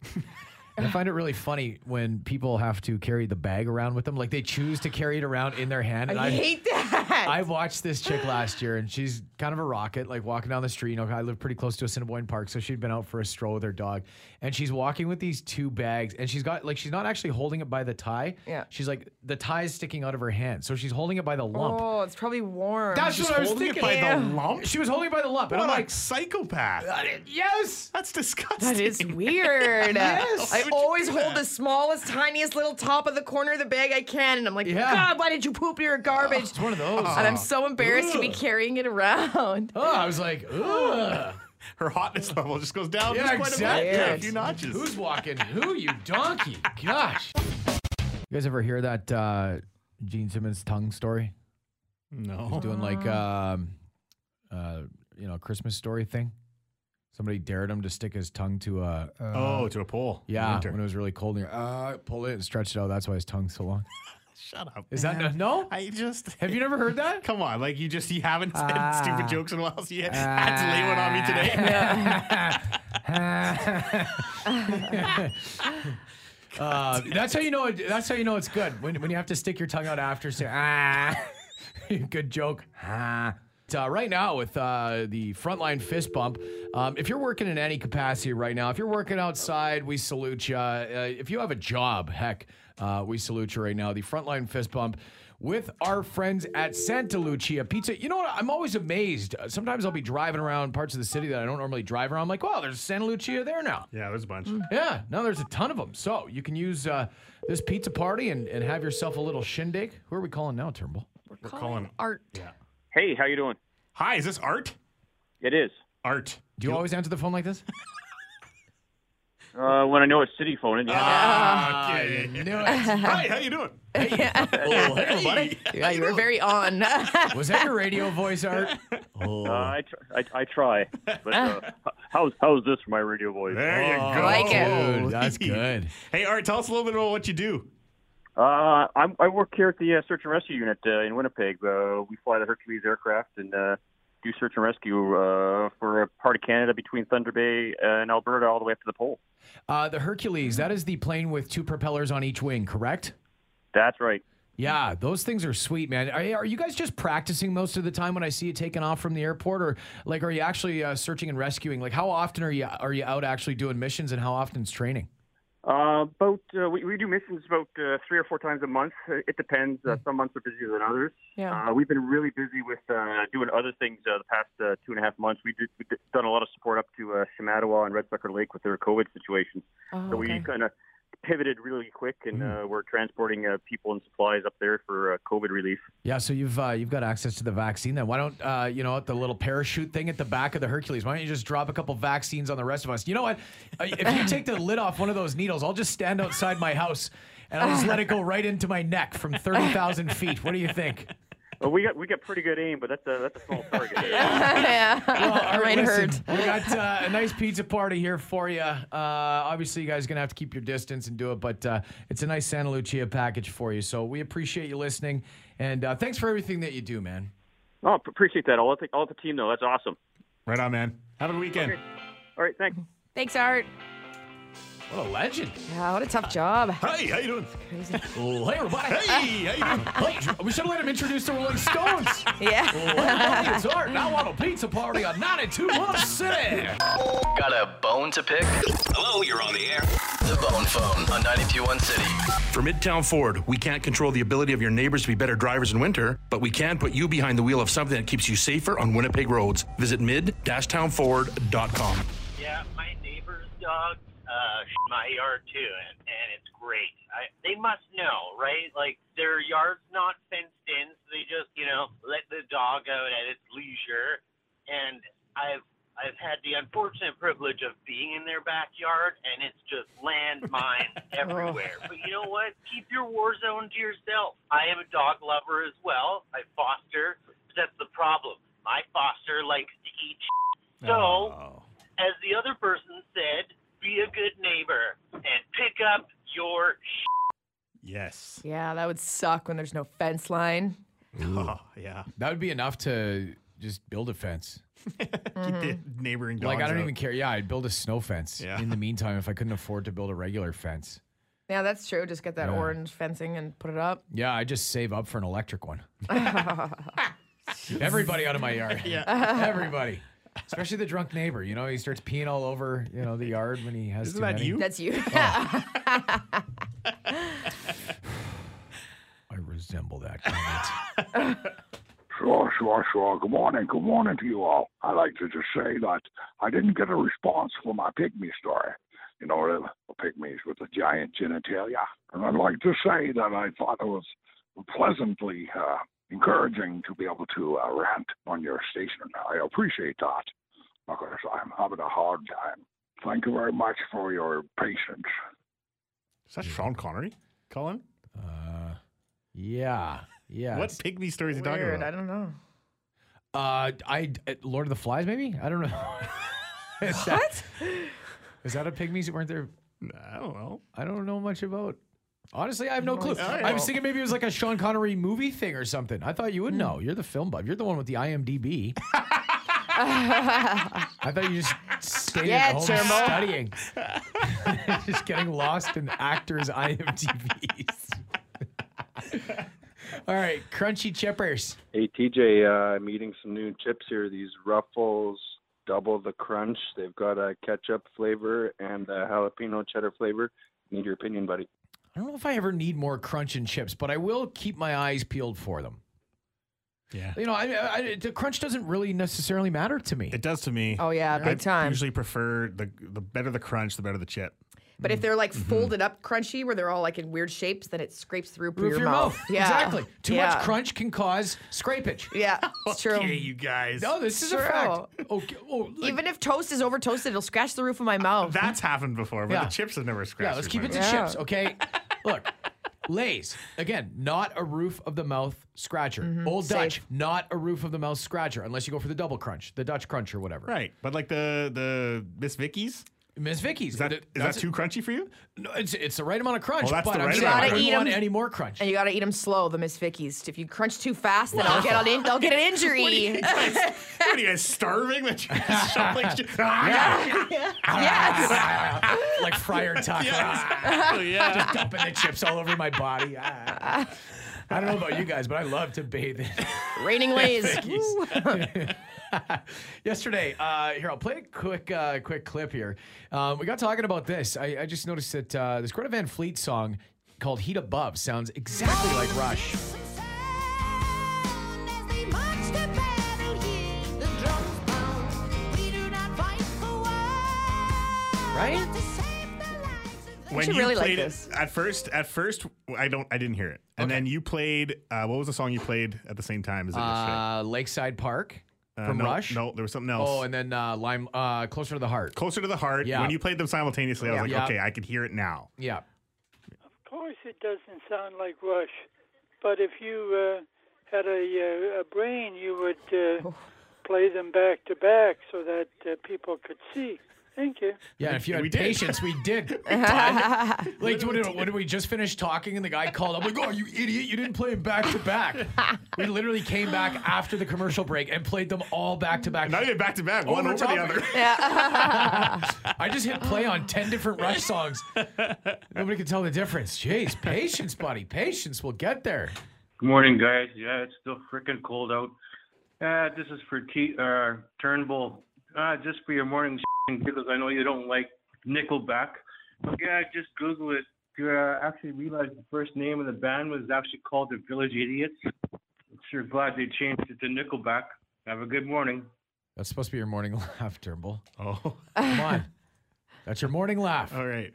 S3: and I find it really funny when people have to carry the bag around with them, like they choose to carry it around in their hand. And
S5: I hate that. that?
S3: I watched this chick last year, and she's kind of a rocket, like walking down the street. You know, I live pretty close to Assiniboine Park, so she'd been out for a stroll with her dog, and she's walking with these two bags, and she's got like she's not actually holding it by the tie.
S5: Yeah.
S3: she's like the tie is sticking out of her hand, so she's holding it by the lump.
S5: oh, it's probably warm.
S3: That's
S4: She's
S3: what I was
S4: holding
S3: thinking.
S4: it by the
S5: Yeah.
S4: lump.
S3: She was holding it by the lump, and
S4: What
S3: I'm
S4: a
S3: like,
S4: psychopath.
S3: yes.
S4: That's disgusting.
S5: That is weird.
S3: Yes.
S5: I
S3: Would you
S5: always
S4: do
S5: hold
S4: that?
S5: the smallest, tiniest little top of the corner of the bag I can, and I'm like,
S3: Yeah.
S5: God, why did you poop your garbage?
S3: It's one of those.
S5: and I'm so embarrassed to be
S3: Ugh.
S5: carrying it around.
S3: Oh, I was like, ugh.
S4: Her hotness level just goes down
S3: Yeah,
S4: just quite a
S3: exactly.
S4: bit. Yeah, a
S5: Yes.
S4: few notches.
S3: Who's walking who, you donkey? Gosh. You guys ever hear that uh, Gene Simmons tongue story?
S4: no.
S3: Doing like, um, uh, you know, a Christmas story thing? Somebody dared him to stick his tongue to a. Uh,
S4: Oh, to a pole. in
S3: yeah,
S4: winter.
S3: when it was really cold. And he, uh, pull it and stretched it out. That's why his tongue's so long.
S4: Shut up.
S3: Is that
S4: man.
S3: no?
S4: I just.
S3: Have you Ah. never heard that?
S4: Come on, like you just you haven't said stupid jokes in a while,
S3: Ah.
S4: so you had to lay one on me today.
S3: Uh, that's how you know. It, that's how you know it's good when, when you have to stick your tongue out after. Say ah, good joke. Ah. Uh, right now, with uh, the frontline fist bump, um, if you're working in any capacity right now, if you're working outside, we salute you. Uh, if you have a job, heck, uh, we salute you right now. The frontline fist bump with our friends at Santa Lucia Pizza. You know what? I'm always amazed. Uh, Sometimes I'll be driving around parts of the city that I don't normally drive around. I'm like, wow, there's Santa Lucia there now.
S4: Yeah, there's a bunch.
S3: Yeah, no, there's a ton of them. So you can use uh, this pizza party and, and have yourself a little shindig. Who are we calling now, Turnbull?
S5: We're
S4: calling it
S5: art.
S4: Yeah.
S7: Hey, how you doing?
S4: Hi, is this art?
S7: It is.
S4: Art.
S3: Do you always answer the phone like this?
S7: Uh, when I know it's city phone,
S4: Ah.
S7: yeah.
S4: okay.
S3: knew it.
S4: Hi, how you doing?
S3: Ah, Oh, hey.
S4: buddy.
S5: Yeah, you were very on.
S3: Was that your radio voice, Art?
S7: uh, I, tr- I I try, but uh, h- how's how's this for my radio voice?
S4: There you go.
S5: like it.
S3: Dude, Oh, that's good.
S4: Hey, Art, tell us a little bit about what you do.
S7: Uh, I'm, I work here at the uh, search and rescue unit uh, in Winnipeg. Uh, we fly the Hercules aircraft and uh, do search and rescue uh, for a part of Canada between Thunder Bay and Alberta, all the way up to the pole.
S3: Uh, the Hercules, that is the plane with two propellers on each wing, correct?
S7: That's right.
S3: Yeah, those things are sweet, man. Are, are you guys just practicing most of the time when I see you taking off from the airport, or like, are you actually uh, searching and rescuing? Like, how often are you are you out actually doing missions, and how often is training?
S7: Uh, about uh, we, we do missions about uh, three or four times a month. It depends. Uh, some months are busier than others.
S5: Hmm. Yeah.
S7: Uh, we've been really busy with uh, doing other things uh, the past uh, two and a half months. We did, we did done a lot of support up to uh, Shamattawa and Red Sucker Lake with their COVID situation.
S5: Oh,
S7: so we
S5: okay. Hmm.
S7: kind of pivoted really quick, and uh, we're transporting uh, people and supplies up there for uh, COVID relief.
S3: Yeah, so you've uh, you've got access to the vaccine then. Why don't uh, you know the little parachute thing at the back of the Hercules? Why don't you just drop a couple vaccines on the rest of us? You know what? Uh, If you take the lid off one of those needles, I'll just stand outside my house and I'll just let it go right into my neck from thirty thousand feet. What do you think?
S7: Well, we got we got pretty good aim, but that's a that's a small target.
S5: yeah.
S3: All right,
S5: Might hurt.
S3: listen, we got uh, a nice pizza party here for you. Uh, obviously, you guys are gonna have to keep your distance and do it, but uh, it's a nice Santa Lucia package for you. So we appreciate you listening, and uh, thanks for everything that you do, man.
S7: oh, appreciate that. All the all the team though. That's awesome.
S4: Right on, man. Have a good weekend.
S7: All right, thanks.
S5: Thanks, Art.
S3: What a legend!
S5: Yeah, what a tough job.
S4: Hey, how you doing?
S3: Oh, hey, everybody.
S4: Hey, how you doing?
S3: Hey, we should have let him introduce the Rolling Stones.
S5: Yeah.
S3: Well, it's art. Now on a pizza party on 92 One City.
S8: Got a bone to pick?
S9: Hello, you're on the air.
S8: The Bone Phone on 921 City.
S9: For Midtown Ford, we can't control the ability of your neighbors to be better drivers in winter, but we can put you behind the wheel of something that keeps you safer on Winnipeg roads. Visit mid-townford.com.
S10: Yeah, my neighbor's dog uh, shit my yard too, and, and it's great. I, they must know, right? Like their yard's not fenced in, so they just you know let the dog out at its leisure. And I've I've had the unfortunate privilege of being in their backyard, and it's just landmines everywhere. But you know what? Keep your war zone to yourself. I am a dog lover as well. I foster, but that's the problem. My foster likes to eat. shit.
S4: Oh,
S10: So as the other person said, be a good neighbor and pick up your
S4: Yes.
S5: Yeah, that would suck when there's no fence line.
S4: Oh, yeah.
S3: That would be enough to just build a fence.
S4: Keep the neighboring dogs
S3: Mm-hmm. Like, I don't
S4: out.
S3: even care. Yeah, I'd build a snow fence
S4: Yeah.
S3: in the meantime if I couldn't afford to build a regular fence.
S5: Yeah, that's true. Just get that orange fencing and put it up.
S3: Yeah, I just save up for an electric one. Everybody out of my yard. Yeah. Everybody. Especially the drunk neighbor. You know, he starts peeing all over, you know, the yard when he has
S4: Isn't
S3: too
S4: that
S3: many.
S4: you?
S5: That's you.
S3: Oh, I resemble that comment.
S6: Sure, sure, sure. Good morning. Good morning to you all. I'd like to just say that I didn't get a response for my pygmy story. You know, the, the pygmies with the giant genitalia. And I'd like to say that I thought it was pleasantly uh, encouraging to be able to uh, rant on your station. I appreciate that because I'm having a hard time. Thank you very much for your patience.
S4: Is that Sean Connery, Colin?
S3: Uh, yeah. Yeah.
S4: What pygmy story is he talking
S5: Weird. I
S4: about?
S5: don't know.
S3: Uh, I uh, Lord of the Flies, maybe? I don't know. is what? That, is that a pygmies? Weren't there?
S4: I
S3: Oh,
S4: don't know.
S3: I don't know much about. Honestly, I have no clue.
S4: right.
S3: I was thinking maybe it was like a Sean Connery movie thing or something. I thought you would know. You're the film buff. You're the one with the IMDb. I thought you just stayed
S5: Yeah,
S3: at home
S5: Jermo.
S3: studying, just getting lost in actors' IMDb's. All right, crunchy chippers.
S7: Hey TJ, uh, I'm eating some new chips here. These Ruffles double the crunch. They've got a ketchup flavor and a jalapeno cheddar flavor. Need your opinion, buddy.
S3: I don't know if I ever need more crunch and chips, but I will keep my eyes peeled for them.
S4: Yeah.
S3: You know, I, I, I- the crunch doesn't really necessarily matter to me.
S4: It does to me.
S5: Oh yeah, big
S4: I
S5: time.
S4: usually prefer the the better the crunch, the better the chip.
S5: But
S3: Mm-hmm.
S5: if they're like folded up crunchy where they're all like in weird shapes, then it scrapes through
S3: Roof
S5: your,
S3: your mouth.
S5: Yeah.
S3: Exactly. Too
S5: Yeah.
S3: much crunch can cause scrapage.
S5: Yeah, it's true.
S4: Okay, you guys.
S3: No, this is a
S5: True.
S3: fact. Okay. Oh, like-
S5: Even if toast is over toasted, it'll scratch the roof of my
S3: Uh,
S5: mouth.
S4: That's happened before, but
S3: Yeah.
S4: the chips have never scratched.
S3: yeah, let's
S4: me
S3: keep
S4: by
S3: it
S4: the
S3: to
S4: way.
S5: Yeah.
S3: chips, okay? Look, Lay's, again, not a roof of the mouth scratcher.
S5: Mm-hmm.
S3: Old Dutch,
S5: safe.
S3: not a roof of the mouth scratcher, unless you go for the double crunch, the Dutch crunch or whatever.
S4: Right, but like the the Miss Vicky's,
S3: Miss Vicky's.
S4: is that is that too crunchy for you?
S3: No, it's, it's the right amount of crunch,
S4: Well, that's
S3: but
S4: the
S3: I'm
S4: right
S3: saying
S4: amount of
S3: I
S5: crunch.
S3: don't
S5: Gotta eat
S3: want
S5: 'em.
S3: any more crunch.
S5: and you gotta eat them slow, the Miss Vickies. If you crunch too fast, then I'll get an in- I'll get an injury.
S4: what are you guys starving? That you're just shoveling chips? Ah,
S5: yes.
S3: Ah. like Friar Tuck.
S4: Yes. Oh, yeah.
S3: dumping the chips all over my body. Ah. I don't know about you guys, but I love to bathe in
S5: Raining lays. Woo.
S3: Yesterday, uh, here I'll play a quick, uh, quick clip here. Um, we got talking about this. I, I just noticed that uh, this Greta Van Fleet song called "Heat Above" sounds exactly like Rush. Right?
S4: When
S5: actually
S4: you
S5: really like
S4: played
S5: this.
S4: it at first, at first I don't, I didn't hear it, and then you played. Uh, what was the song you played at the same time as it yesterday?
S3: Uh, Lakeside Park
S4: Uh,
S3: from
S4: no,
S3: Rush.
S4: No, there was something else.
S3: Oh, and then uh, Lime, uh, closer to the heart.
S4: Closer to the heart.
S3: Yeah.
S4: When you played them simultaneously, I was like,
S3: Yeah.
S4: okay, I could hear it now.
S3: Yeah.
S11: Of course, it doesn't sound like Rush, but if you uh, had a, uh, a brain, you would uh, play them back to back so that uh, people could see. Thank you.
S3: Yeah, and if you had
S4: we did.
S3: patience, we did. We did. like, what, did- what did we just finish talking and the guy called up like, "Oh, you idiot! You didn't play him back to back." We literally came back after the commercial break and played them all back to back.
S4: Not even back to back, one over
S3: top
S4: the other.
S3: of- I just hit play on ten different Rush songs. Nobody could tell the difference. Jeez, patience, buddy. Patience. We'll get there.
S7: Good morning, guys. Yeah, it's still freaking cold out. Uh, this is for T- uh, Turnbull. Uh, just for your morning because I know you don't like Nickelback. But yeah, just Google it. You uh, actually realized the first name of the band was actually called the Village Idiots. I'm sure glad they changed it to Nickelback. Have a good morning.
S3: That's supposed to be your morning laugh, Turnbull.
S4: Oh,
S3: Come on. That's your morning laugh.
S4: all right,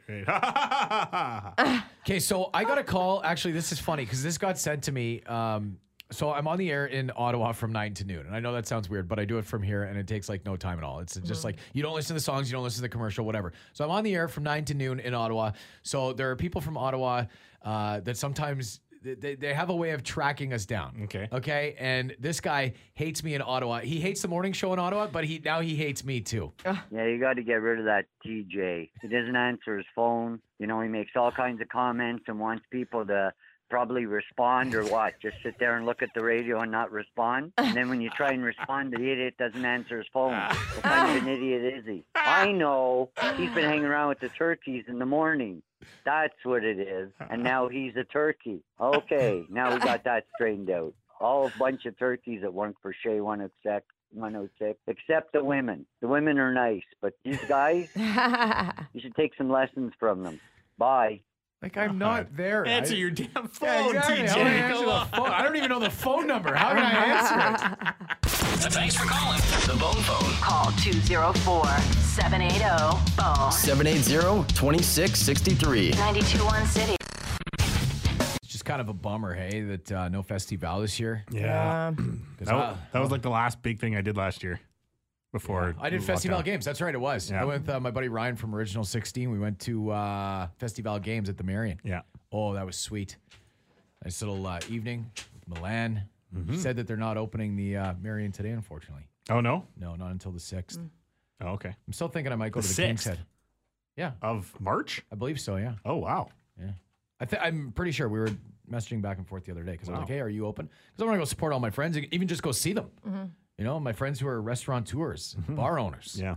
S4: right.
S3: Okay, so I got a call. Actually, this is funny because this got sent to me. Um, so I'm on the air in Ottawa from nine to noon, and I know that sounds weird, but I do it from here, and it takes like no time at all. It's just like you don't listen to the songs, you don't listen to the commercial, whatever. So I'm on the air from nine to noon in Ottawa. So there are people from Ottawa uh, that sometimes they, they have a way of tracking us down.
S4: Okay.
S3: Okay. And this guy hates me in Ottawa. He hates the morning show in Ottawa, but he now he hates me too.
S11: Yeah, you got to get rid of that TJ. He doesn't answer his phone. You know, he makes all kinds of comments and wants people to
S12: probably respond or what? Just sit there and look at the radio and not respond. And then when you try and respond, the idiot doesn't answer his phone. What kind of an idiot is he? I know he's been hanging around with the turkeys in the morning. That's what it is. And now he's a turkey. Okay, now we got that straightened out. All a bunch of turkeys at one for Shea 106, 106, except the women. The women are nice, but these guys, you should take some lessons from them. Bye.
S3: Like I'm not there.
S12: Answer
S3: I-
S12: your
S4: damn
S3: Yeah,
S12: phone,
S3: exactly.
S12: TJ.
S3: How do I answer
S12: Come
S3: the phone? I don't even know the phone number. How can I answer it?
S8: Thanks for calling. The Bone Phone.
S1: Call 204-780-BONE.
S8: 780-2663.
S1: 921 City.
S3: It's just kind of a bummer, hey, that uh, no festival this year.
S4: Yeah.
S3: 'Cause
S4: that, wa-
S3: I-
S4: that was like the last big thing I did last year before.
S3: I did
S4: lockdown.
S3: Festival Games. That's right, it was.
S4: Yeah.
S3: I went with uh, my buddy Ryan from Original 16. We went to uh, Festival Games at the Marion.
S4: Yeah.
S3: Oh, that was sweet. Nice little uh, evening with Milan.
S4: Mm-hmm.
S3: She said that they're not opening the uh, Marion today, unfortunately.
S4: Oh, no?
S3: No, not until the 6th.
S4: Oh, okay.
S3: I'm still thinking I might go
S4: The
S3: to the King's
S4: 6th?
S3: Head. Yeah.
S4: Of March?
S3: I believe so, yeah.
S4: Oh, wow.
S3: Yeah. I th- I'm pretty sure we were messaging back and forth the other day because I was like, hey, are you open? Because I want to go support all my friends, e- even just go see them.
S5: Mm-hmm.
S3: You know, my friends who are restaurateurs, bar owners.
S4: Yeah.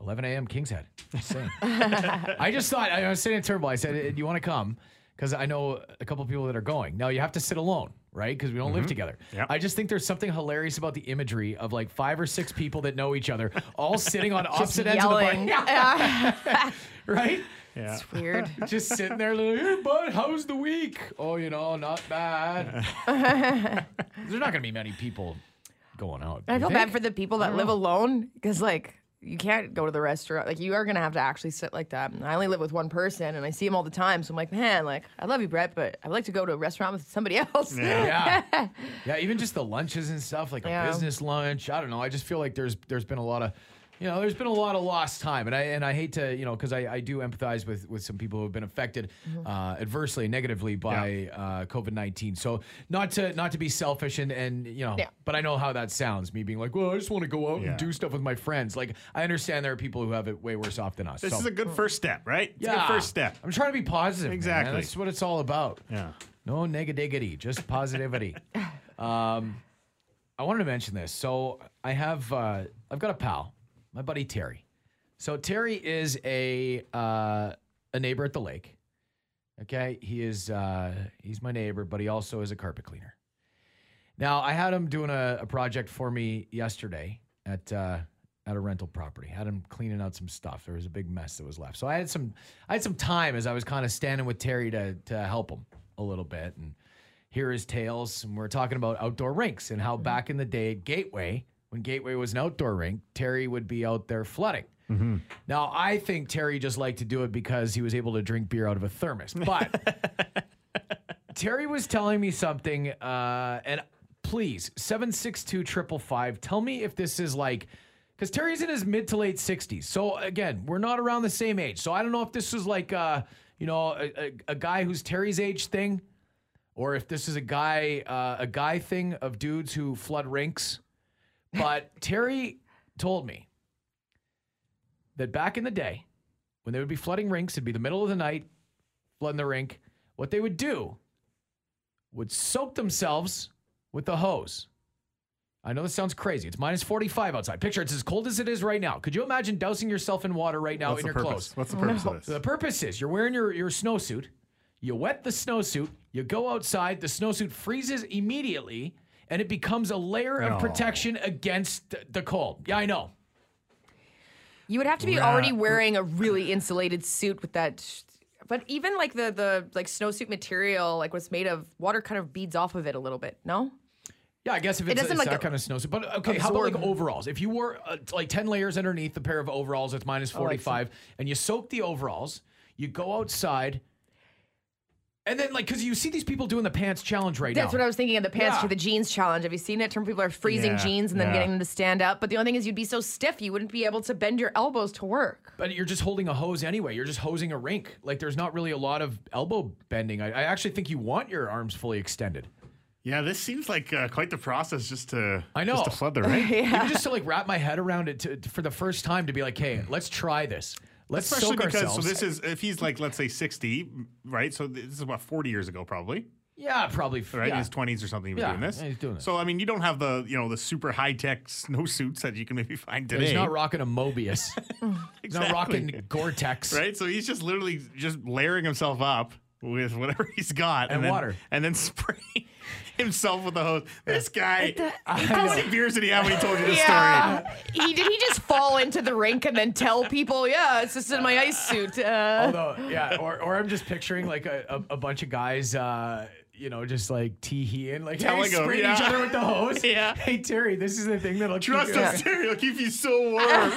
S3: 11 a.m. King's Head. Just saying. I just thought, I was sitting in Turnbull. I said, "Eh, do you want to come? Because I know a couple people that are going. Now, you have to sit alone, right? Because we don't
S5: Mm-hmm.
S3: live
S4: Mhm.
S3: together. I just think there's something hilarious about the imagery of like five or six people that know each other all sitting on
S5: Just
S3: opposite ends of the bar.
S5: yelling.
S3: right?
S4: Yeah.
S5: It's weird.
S3: Just sitting there, like, hey, bud, how's the week? Oh, you know, not bad. There's not going to be many people going out.
S5: I
S3: you
S5: feel
S3: think?
S5: bad for the people that live alone because, like, you can't go to the restaurant. Like, you are gonna have to actually sit like that. And I only live with one person, and I see him all the time. So I'm like, man, like, I love you, Brett, but I'd like to go to a restaurant with somebody else.
S3: Yeah. yeah. even just the lunches and stuff, like
S5: Yeah.
S3: a business lunch. I don't know. I just feel like there's there's been a lot of you know, there's been a lot of lost time, and I and I hate to, you know, because I, I do empathize with with some people who have been affected
S5: Mm-hmm.
S3: uh, adversely, negatively by uh, COVID nineteen. So not to not to be selfish and and you know,
S5: Yeah.
S3: but I know how that sounds. Me being like, well, I just want to go out
S4: Yeah.
S3: and do stuff with my friends. Like I understand there are people who have it way worse off than us.
S4: This
S3: So-
S4: is a good first step, right? It's a
S3: Yeah.
S4: good first step.
S3: I'm trying to be positive. man.
S4: Exactly.
S3: That's what it's all about.
S4: Yeah.
S3: No negativity, just positivity. um, I wanted to mention this. So I have uh, I've got a pal, my buddy Terry. So Terry is a uh, a neighbor at the lake. Okay, he is uh, he's my neighbor, but he also is a carpet cleaner. Now I had him doing a, a project for me yesterday at uh, at a rental property. Had him cleaning out some stuff. There was a big mess that was left. So I had some I had some time as I was kind of standing with Terry to to help him a little bit and hear his tales. And we're talking about outdoor rinks and how back in the day at Gateway, when Gateway was an outdoor rink, Terry would be out there flooding. Now I think Terry just liked to do it because he was able to drink beer out of a thermos, but. Terry was telling me something, uh, and please, 762 555, tell me if this is like, because Terry's in his mid to late 60s. So again, we're not around the same age. So I don't know if this is like, uh, you know, a, a, a guy who's Terry's age thing, or if this is a guy, uh, a guy thing of dudes who flood rinks. But Terry told me that back in the day, when they would be flooding rinks, it'd be the middle of the night, flooding the rink. What they would do would soak themselves with a hose. I know this sounds crazy. It's minus 45 outside. Picture it's as cold as it is right now. Could you imagine dousing yourself in water right now
S4: What's
S3: in
S4: the
S3: your
S4: purpose?
S3: clothes?
S4: What's the purpose of
S3: So
S4: this?
S3: the purpose is you're wearing your, your snowsuit, you wet the snowsuit, you go outside, the snowsuit freezes immediately, and it becomes a layer of
S4: No.
S3: protection against th- the cold. Yeah, I know.
S5: You would have to be
S3: Ra-
S5: already wearing a really insulated suit with that. Sh- but even like the the like snowsuit material, like what's made of, water kind of beads off of it a little bit. No.
S3: Yeah, I guess if
S5: It
S3: it's,
S5: doesn't,
S3: it's
S5: like,
S3: that kind of snowsuit. But okay, how about like
S5: absorb-
S3: overalls? If you wore uh, t- like 10 layers underneath the pair of overalls, it's minus
S5: Oh, I see.
S3: 45, and you soak the overalls, you go outside, and then like, because you see these people doing the pants challenge right
S5: That's
S3: now.
S5: what I was thinking of the pants
S3: Yeah.
S5: to the jeans challenge. Have you seen it? Term people are freezing
S3: Yeah,
S5: jeans and then
S3: yeah.
S5: getting them to stand up. But the only thing is, you'd be so stiff, you wouldn't be able to bend your elbows to work.
S3: But you're just holding a hose anyway. You're just hosing a rink. Like there's not really a lot of elbow bending. I, I actually think you want your arms fully extended.
S4: Yeah, this seems like uh, quite the process just to
S3: I know.
S4: just to flood the ring.
S3: Even just to like wrap my head around it to, for the first time to be like, hey, let's try this. Let's soak
S4: Especially because
S3: ourselves.
S4: so this is if he's like let's say 60, right? So this is about 40 years ago probably.
S3: Yeah, probably.
S4: Right in
S3: yeah.
S4: his twenties or something, he was
S3: Yeah,
S4: doing this.
S3: yeah, he's doing this.
S4: So I mean, you don't have the you know the super high tech snowsuits that you can maybe find
S3: Yeah,
S4: today.
S3: He's not rocking a Mobius. He's not rocking Gore-Tex.
S4: right? So he's just literally just layering himself up with whatever he's got
S3: And
S4: then,
S3: water.
S4: and then spraying himself with the hose. This guy,
S5: It do-
S4: how many beers did he have when he told you this story?
S5: yeah. He did he just fall into the rink and then tell people, yeah, it's just in my ice suit. Uh,
S3: Although, yeah, or, or I'm just picturing like a, a, a bunch of guys, uh, you know, just like tee hee in, like hey,
S4: Telling 'em,
S3: spraying each
S4: yeah.
S3: other with the hose.
S4: Yeah.
S3: Hey Terry, this is the thing that'll keep
S4: Trust
S3: you-
S4: us, Terry. It'll keep you so warm.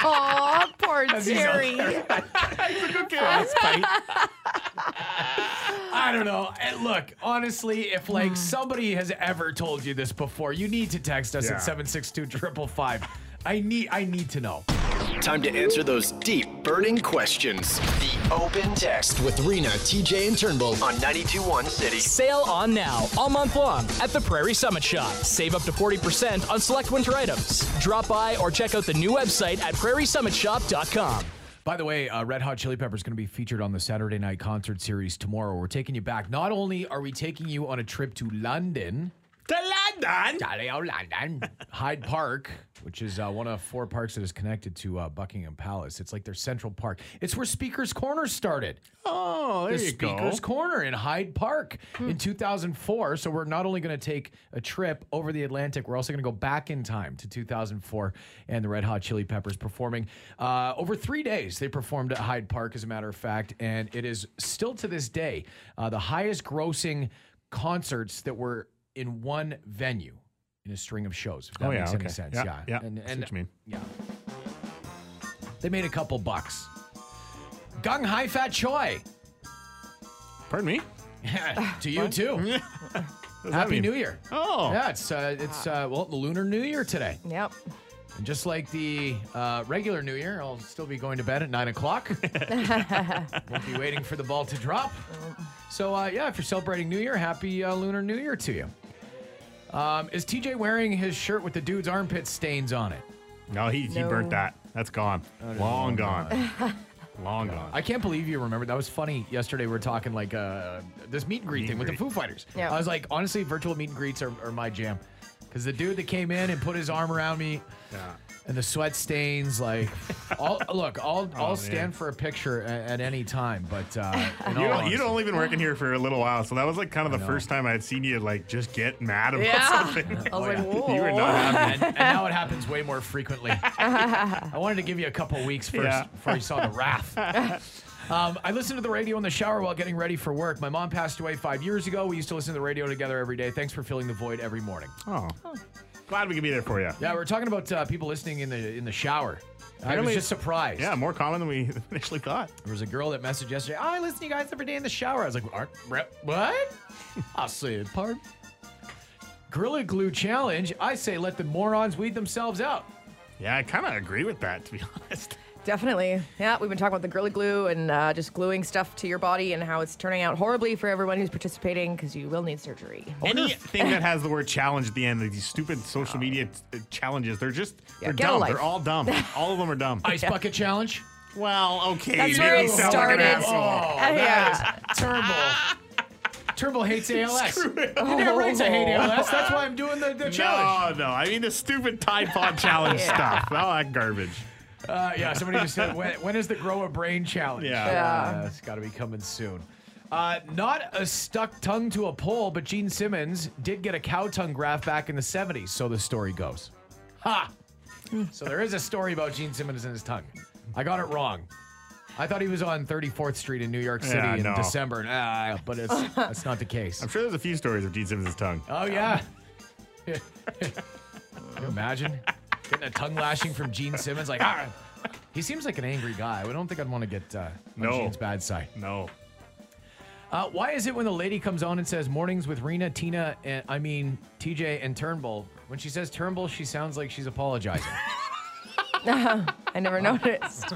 S5: Aw, poor
S3: As he's
S5: Terry.
S3: out Frostbite. I don't know. And look, honestly, if like somebody has ever told you this before, you need to text us
S9: Yeah.
S3: at 762-555. I need I need to know.
S8: Time to answer those deep, burning questions. The Open Text with Rena, TJ, and Turnbull on 921 City.
S13: Sale on now, all month long at the Prairie Summit Shop. Save up to 40% on select winter items. Drop by or check out the new website at prairiesummitsshop.com.
S3: By the way, uh, Red Hot Chili Peppers going to be featured on the Saturday Night Concert Series tomorrow. We're taking you back. Not only are we taking you on a trip to London,
S4: to London,
S3: Jolly old London, Hyde Park, which is uh, one of four parks that is connected to uh, Buckingham Palace. It's like their Central Park. It's where Speaker's Corner started.
S4: Oh, there
S3: the
S4: you go. Hmm.
S3: Speaker's Corner in Hyde Park in 2004. So we're not only going to take a trip over the Atlantic, we're also going to go back in time to 2004 and the Red Hot Chili Peppers performing uh, over three days. They performed at Hyde Park, as a matter of fact, and it is still to this day uh, the highest grossing concerts that were in one venue in a string of shows. If that
S4: Oh, yeah,
S3: makes any
S4: okay.
S3: sense,
S4: Yeah,
S3: yeah,
S4: yeah,
S3: And,
S4: I see
S3: and
S4: what you mean.
S3: yeah, they made a couple bucks. Gung Hai Fat Choi.
S4: Pardon me.
S3: to you too.
S4: does that
S3: Happy
S4: mean?
S3: New Year.
S4: Oh.
S3: Yeah, it's uh, it's uh, well the lunar New Year today.
S5: Yep.
S3: And just like the uh, regular New Year, I'll still be going to bed at nine o'clock. Won't be waiting for the ball to drop. So uh, yeah, if you're celebrating New Year, happy uh, lunar New Year to you. Um, is TJ wearing his shirt with the dude's armpit stains on it?
S4: No, he, he burnt that. That's gone. Long gone. Long gone.
S3: I can't believe you remember. That was funny. Yesterday we were talking like uh, this meet and greet thing with the Foo Fighters.
S5: Yeah.
S3: I was like, honestly, virtual meet and greets are, are my jam. Because the dude that came in and put his arm around me, and the sweat stains, like, all, look, I'll, I'll
S4: Oh, man.
S3: stand for a picture at, at any time. But uh, in
S4: You
S3: all
S4: don't, you'd
S3: honesty-
S4: only been working here for a little while, so that was like kind of the first time I had seen you like just get mad about
S5: Yeah.
S4: something.
S5: I was like, whoa.
S4: Oh, You were not happy.
S3: Um, and, and now it happens way more frequently. I wanted to give you a couple weeks first
S4: Yeah.
S3: before you saw the wrath. Um, I listened to the radio in the shower while getting ready for work. My mom passed away five years ago. We used to listen to the radio together every day. Thanks for filling the void every morning.
S4: Oh. Glad we could be there for you.
S3: Yeah, we are talking about uh, people listening in the in the shower. I was
S4: Apparently-
S3: just surprised.
S4: Yeah, more common than we initially thought.
S3: There was a girl that messaged yesterday. Oh, I listen to you guys every day in the shower. I was like, Aren't, rep, what? I'll say it, pardon. Gorilla Glue Challenge. I say let the morons weed themselves out.
S4: Yeah, I kind of agree with that, to be honest.
S5: Definitely. Yeah, we've been talking about the girly glue and uh, just gluing stuff to your body and how it's turning out horribly for everyone who's participating because you will need surgery.
S4: Oh, Anything that has the word challenge at the end, like these stupid social media t- uh, challenges, they're just,
S5: Yeah,
S4: they're
S5: get a
S4: dumb.
S5: life.
S4: They're all dumb. all of them are dumb.
S3: Ice bucket challenge.
S4: Well, okay.
S5: That's
S4: you
S5: where
S4: made me
S5: it
S4: sound like an
S5: started.
S4: asshole. Oh,
S5: Uh, yeah.
S3: Turnbull. Turnbull hates ALS.
S4: Screw it.
S3: You're damn right I hate ALS. That's why I'm doing the, the challenge.
S4: No, no. I mean the stupid Tide Pod challenge stuff. All that garbage.
S3: Uh, yeah, somebody just said, when, when is the grow a brain challenge?
S4: Yeah.
S5: Yeah.
S3: Uh, it's got to be coming soon. Uh, not a stuck tongue to a pole, but Gene Simmons did get a cow tongue graft back in the 70s, so the story goes. Ha! so there is a story about Gene Simmons and his tongue. I got it wrong. I thought he was on 34th Street in New York City
S4: Yeah,
S3: in
S4: no.
S3: December, Ah, but it's, that's not the case.
S4: I'm sure there's a few stories of Gene Simmons' tongue.
S3: Oh yeah. Can you imagine getting a tongue lashing from Gene Simmons? Like, "Arr!" he seems like an angry guy. I don't think I'd want to get uh, on
S4: No.
S3: Gene's bad side.
S4: No.
S3: Uh, why is it when the lady comes on and says "Mornings with Rena, Tina, and I mean TJ and Turnbull"? When she says Turnbull, she sounds like she's apologizing.
S5: I never noticed.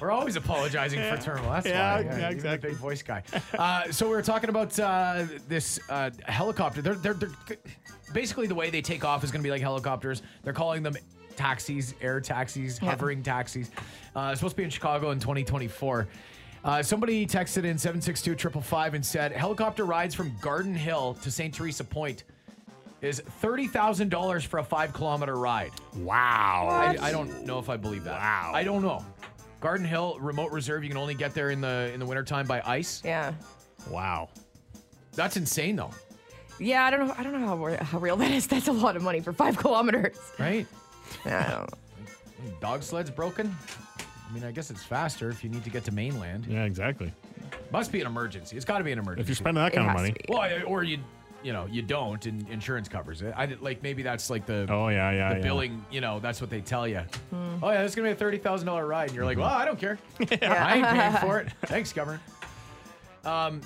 S3: We're always apologizing for Turnbull. That's
S4: Yeah,
S3: why.
S4: yeah,
S3: he's a
S4: exactly.
S3: Big voice guy. Uh, so we were talking about uh, this uh, helicopter. They're, they're, they're basically the way they take off is going to be like helicopters. They're calling them taxis, air taxis, hovering taxis. Uh, it's supposed to be in Chicago in 2024. Uh, somebody texted in 762 555 and said helicopter rides from Garden Hill to St. Teresa Point is $30,000 for a five kilometer ride.
S4: Wow.
S3: I,
S4: What?
S3: I don't know if I believe that. Wow. I don't know. Garden Hill remote reserve, you can only get there in the in the wintertime by ice.
S5: Yeah.
S4: Wow.
S3: That's insane though.
S5: Yeah, I don't know. I don't know how, re- how real that is. That's a lot of money for five kilometers.
S3: Right?
S5: Yeah, I don't
S3: Dog sled's broken? I mean, I guess it's faster if you need to get to mainland.
S4: Yeah, exactly.
S3: Must be an emergency. It's got to be an emergency.
S4: spending that It kind of has money. to be.
S3: Well, I- or you you know, you don't and insurance covers it. I did- like maybe that's like the
S4: Oh, yeah, yeah,
S3: the
S4: yeah.
S3: billing, you know, that's what they tell you. Oh yeah, this is going to be a $30,000 ride and you're
S4: Mm-hmm.
S3: like, "Well, I don't care. I ain't paying for it. Thanks, governor." Um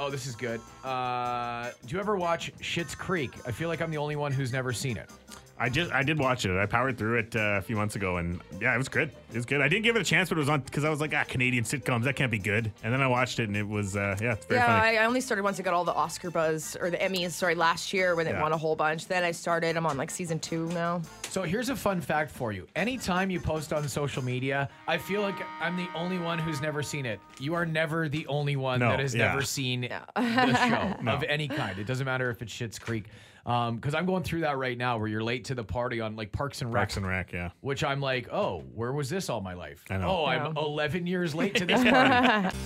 S3: Oh, this is good. Uh, do you ever watch Shit's Creek? I feel like I'm the only one who's never seen it.
S4: I just I did watch it. I powered through it uh, a few months ago, and yeah, it was good. It was good. I didn't give it a chance, but it was on because I was like, ah, Canadian sitcoms that can't be good. And then I watched it, and it was uh, yeah, it's very
S5: yeah,
S4: funny.
S5: I, I only started once I got all the Oscar buzz or the Emmys, sorry, last year when they
S3: Yeah.
S5: won a whole bunch. Then I started. I'm on like season two now.
S3: So here's a fun fact for you. Anytime you post on social media, I feel like I'm the only one who's never seen it. You are never the only one
S4: No,
S3: that has
S4: yeah.
S3: never seen the show of any kind. It doesn't matter if it's Shit's Creek. Um, because I'm going through that right now where you're late to the party on like Parks and Rec.
S4: Parks and Rec, yeah.
S3: Which I'm like, oh, where was this all my life?
S4: I know.
S3: Oh, I'm
S4: Yeah.
S3: 11 years late to this party.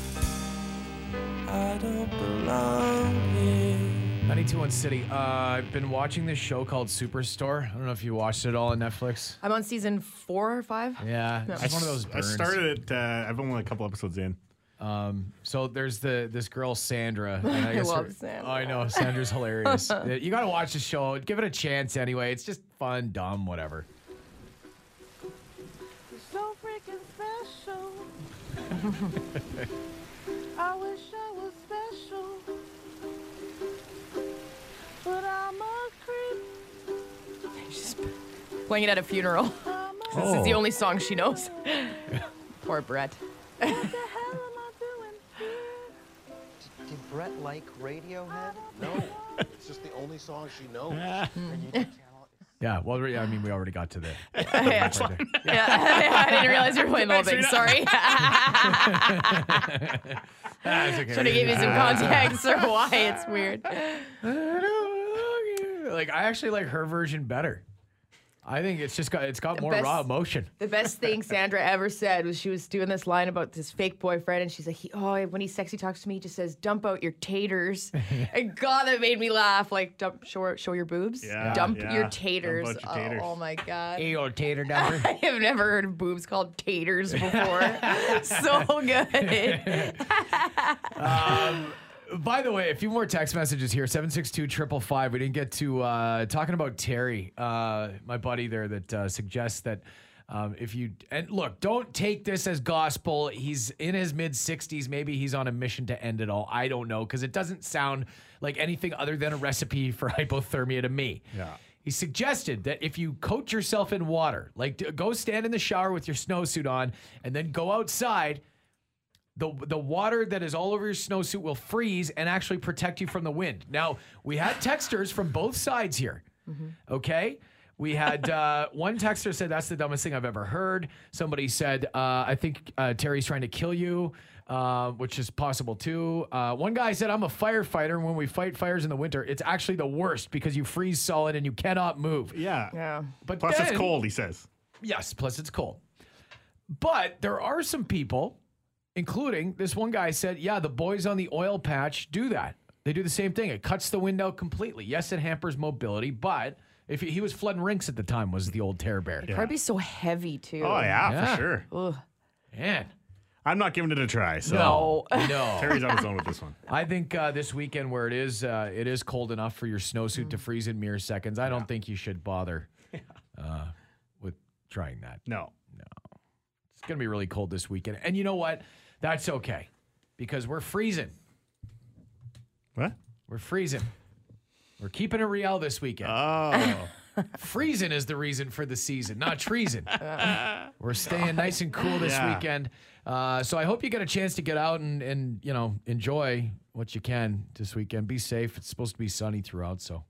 S14: I don't belong here.
S3: 921 City. Uh, I've been watching this show called Superstore. I don't know if you watched it all on Netflix.
S5: I'm on season four or five.
S3: Yeah,
S5: No.
S3: it's just one of those.
S4: I
S3: Burns.
S4: started it. Uh, I've only a couple episodes in.
S3: Um, so there's the this girl Sandra. and
S5: I
S3: guess
S5: love
S3: her-
S5: Sandra.
S3: I know Sandra's hilarious. Uh, you gotta watch the show. Give it a chance anyway. It's just fun, dumb, whatever.
S14: So freaking special. I wish I was special. But I'm a creep.
S5: Playing it at a funeral. This is the
S14: Oh.
S5: only song she knows. Poor Brett.
S15: Did Brett like Radiohead? No. it's just the only song she knows. And you just
S3: Yeah. Well, yeah, I mean, we already got to the.
S5: yeah. I didn't realize you were playing the whole thing.
S14: Thanks,
S5: Sorry.
S3: That's Ah, okay.
S5: Should have gave you some context or why it's weird.
S3: Like I actually like her version better. I think it's just got it's got more
S5: best-
S3: raw emotion.
S5: The best thing Sandra ever said was she was doing this line about this fake boyfriend, and she's like, he, "Oh, when he sexy talks to me, he just says dump out your taters." and God, that made me laugh. Like, dump, show, show your boobs,
S3: Yeah,
S5: dump
S3: yeah.
S5: your
S3: Dump
S5: taters.
S3: out your
S5: Oh,
S3: taters.
S5: Oh, my God.
S3: Hey, old tater dumper.
S5: I have never heard of boobs called taters before. so good.
S3: Um, by the way, a few more text messages here. 762-555. We didn't get to uh, talking about Terry, uh, my buddy there that uh, suggests that um, if you and look, don't take this as gospel. He's in his mid 60s. Maybe he's on a mission to end it all. I don't know because it doesn't sound like anything other than a recipe for hypothermia to me.
S4: Yeah.
S3: He suggested that if you coat yourself in water, like d- go stand in the shower with your snowsuit on and then go outside, the the water that is all over your snowsuit will freeze and actually protect you from the wind. Now we had texters from both sides here. Okay. We had uh, one texter said that's the dumbest thing I've ever heard. Somebody said uh, I think uh, Terry's trying to kill you, uh, which is possible too. Uh, one guy said I'm a firefighter, and when we fight fires in the winter, it's actually the worst because you freeze solid and you cannot move.
S4: Yeah.
S5: Yeah.
S3: But
S4: Plus,
S3: then-
S4: it's cold. He says.
S3: Yes, plus it's cold. But there are some people, including this one guy said, yeah, the boys on the oil patch do that. They do the same thing. It cuts the wind out completely. Yes, it hampers mobility, but if he, he was flooding rinks at the time, was the old terror bear.
S5: Probably be so heavy too.
S4: Oh yeah, for sure.
S5: Ugh.
S3: Man.
S4: I'm not giving it a try. So
S3: No, no.
S4: Terry's on his own with this one.
S3: I think uh, this weekend where it is, uh, it is cold enough for your snowsuit to freeze in mere seconds. I don't think you should bother uh, with trying that.
S4: No,
S3: no, it's gonna be really cold this weekend, and you know what? That's okay because we're freezing.
S4: What?
S3: We're freezing. We're keeping it real this weekend.
S4: Oh.
S3: Freezing is the reason for the season, not treason. We're staying nice and cool this
S4: Yeah.
S3: weekend. Uh, so I hope you get a chance to get out and, and you know enjoy what you can this weekend. Be safe. It's supposed to be sunny throughout, so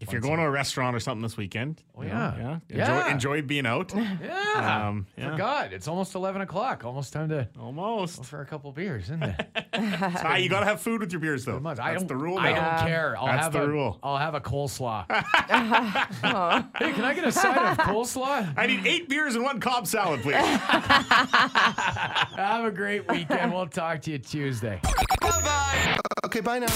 S4: If you're going to a restaurant or something this weekend,
S3: Oh,
S4: you know,
S3: yeah.
S4: yeah,
S3: Yeah.
S4: Enjoy, enjoy being out.
S3: Yeah.
S4: Um, yeah.
S3: Forgot. It's almost 11 o'clock. Almost time to.
S4: Almost.
S3: for a couple beers, isn't it?
S4: Ah, you gotta have food with your beers though.
S3: Much.
S4: That's
S3: I don't,
S4: the rule.
S3: I
S4: now.
S3: don't care. I'll
S4: That's
S3: have
S4: the
S3: a,
S4: rule.
S3: I'll have a coleslaw. hey, can I get a side of coleslaw?
S4: I need eight beers and one cob salad, please.
S3: have a great weekend. We'll talk to you Tuesday.
S8: Okay, bye now.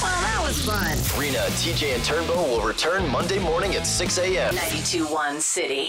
S8: well, that was fun. Rena, TJ, and Turnbow will return Monday morning at 6 a.m.
S1: 921 City.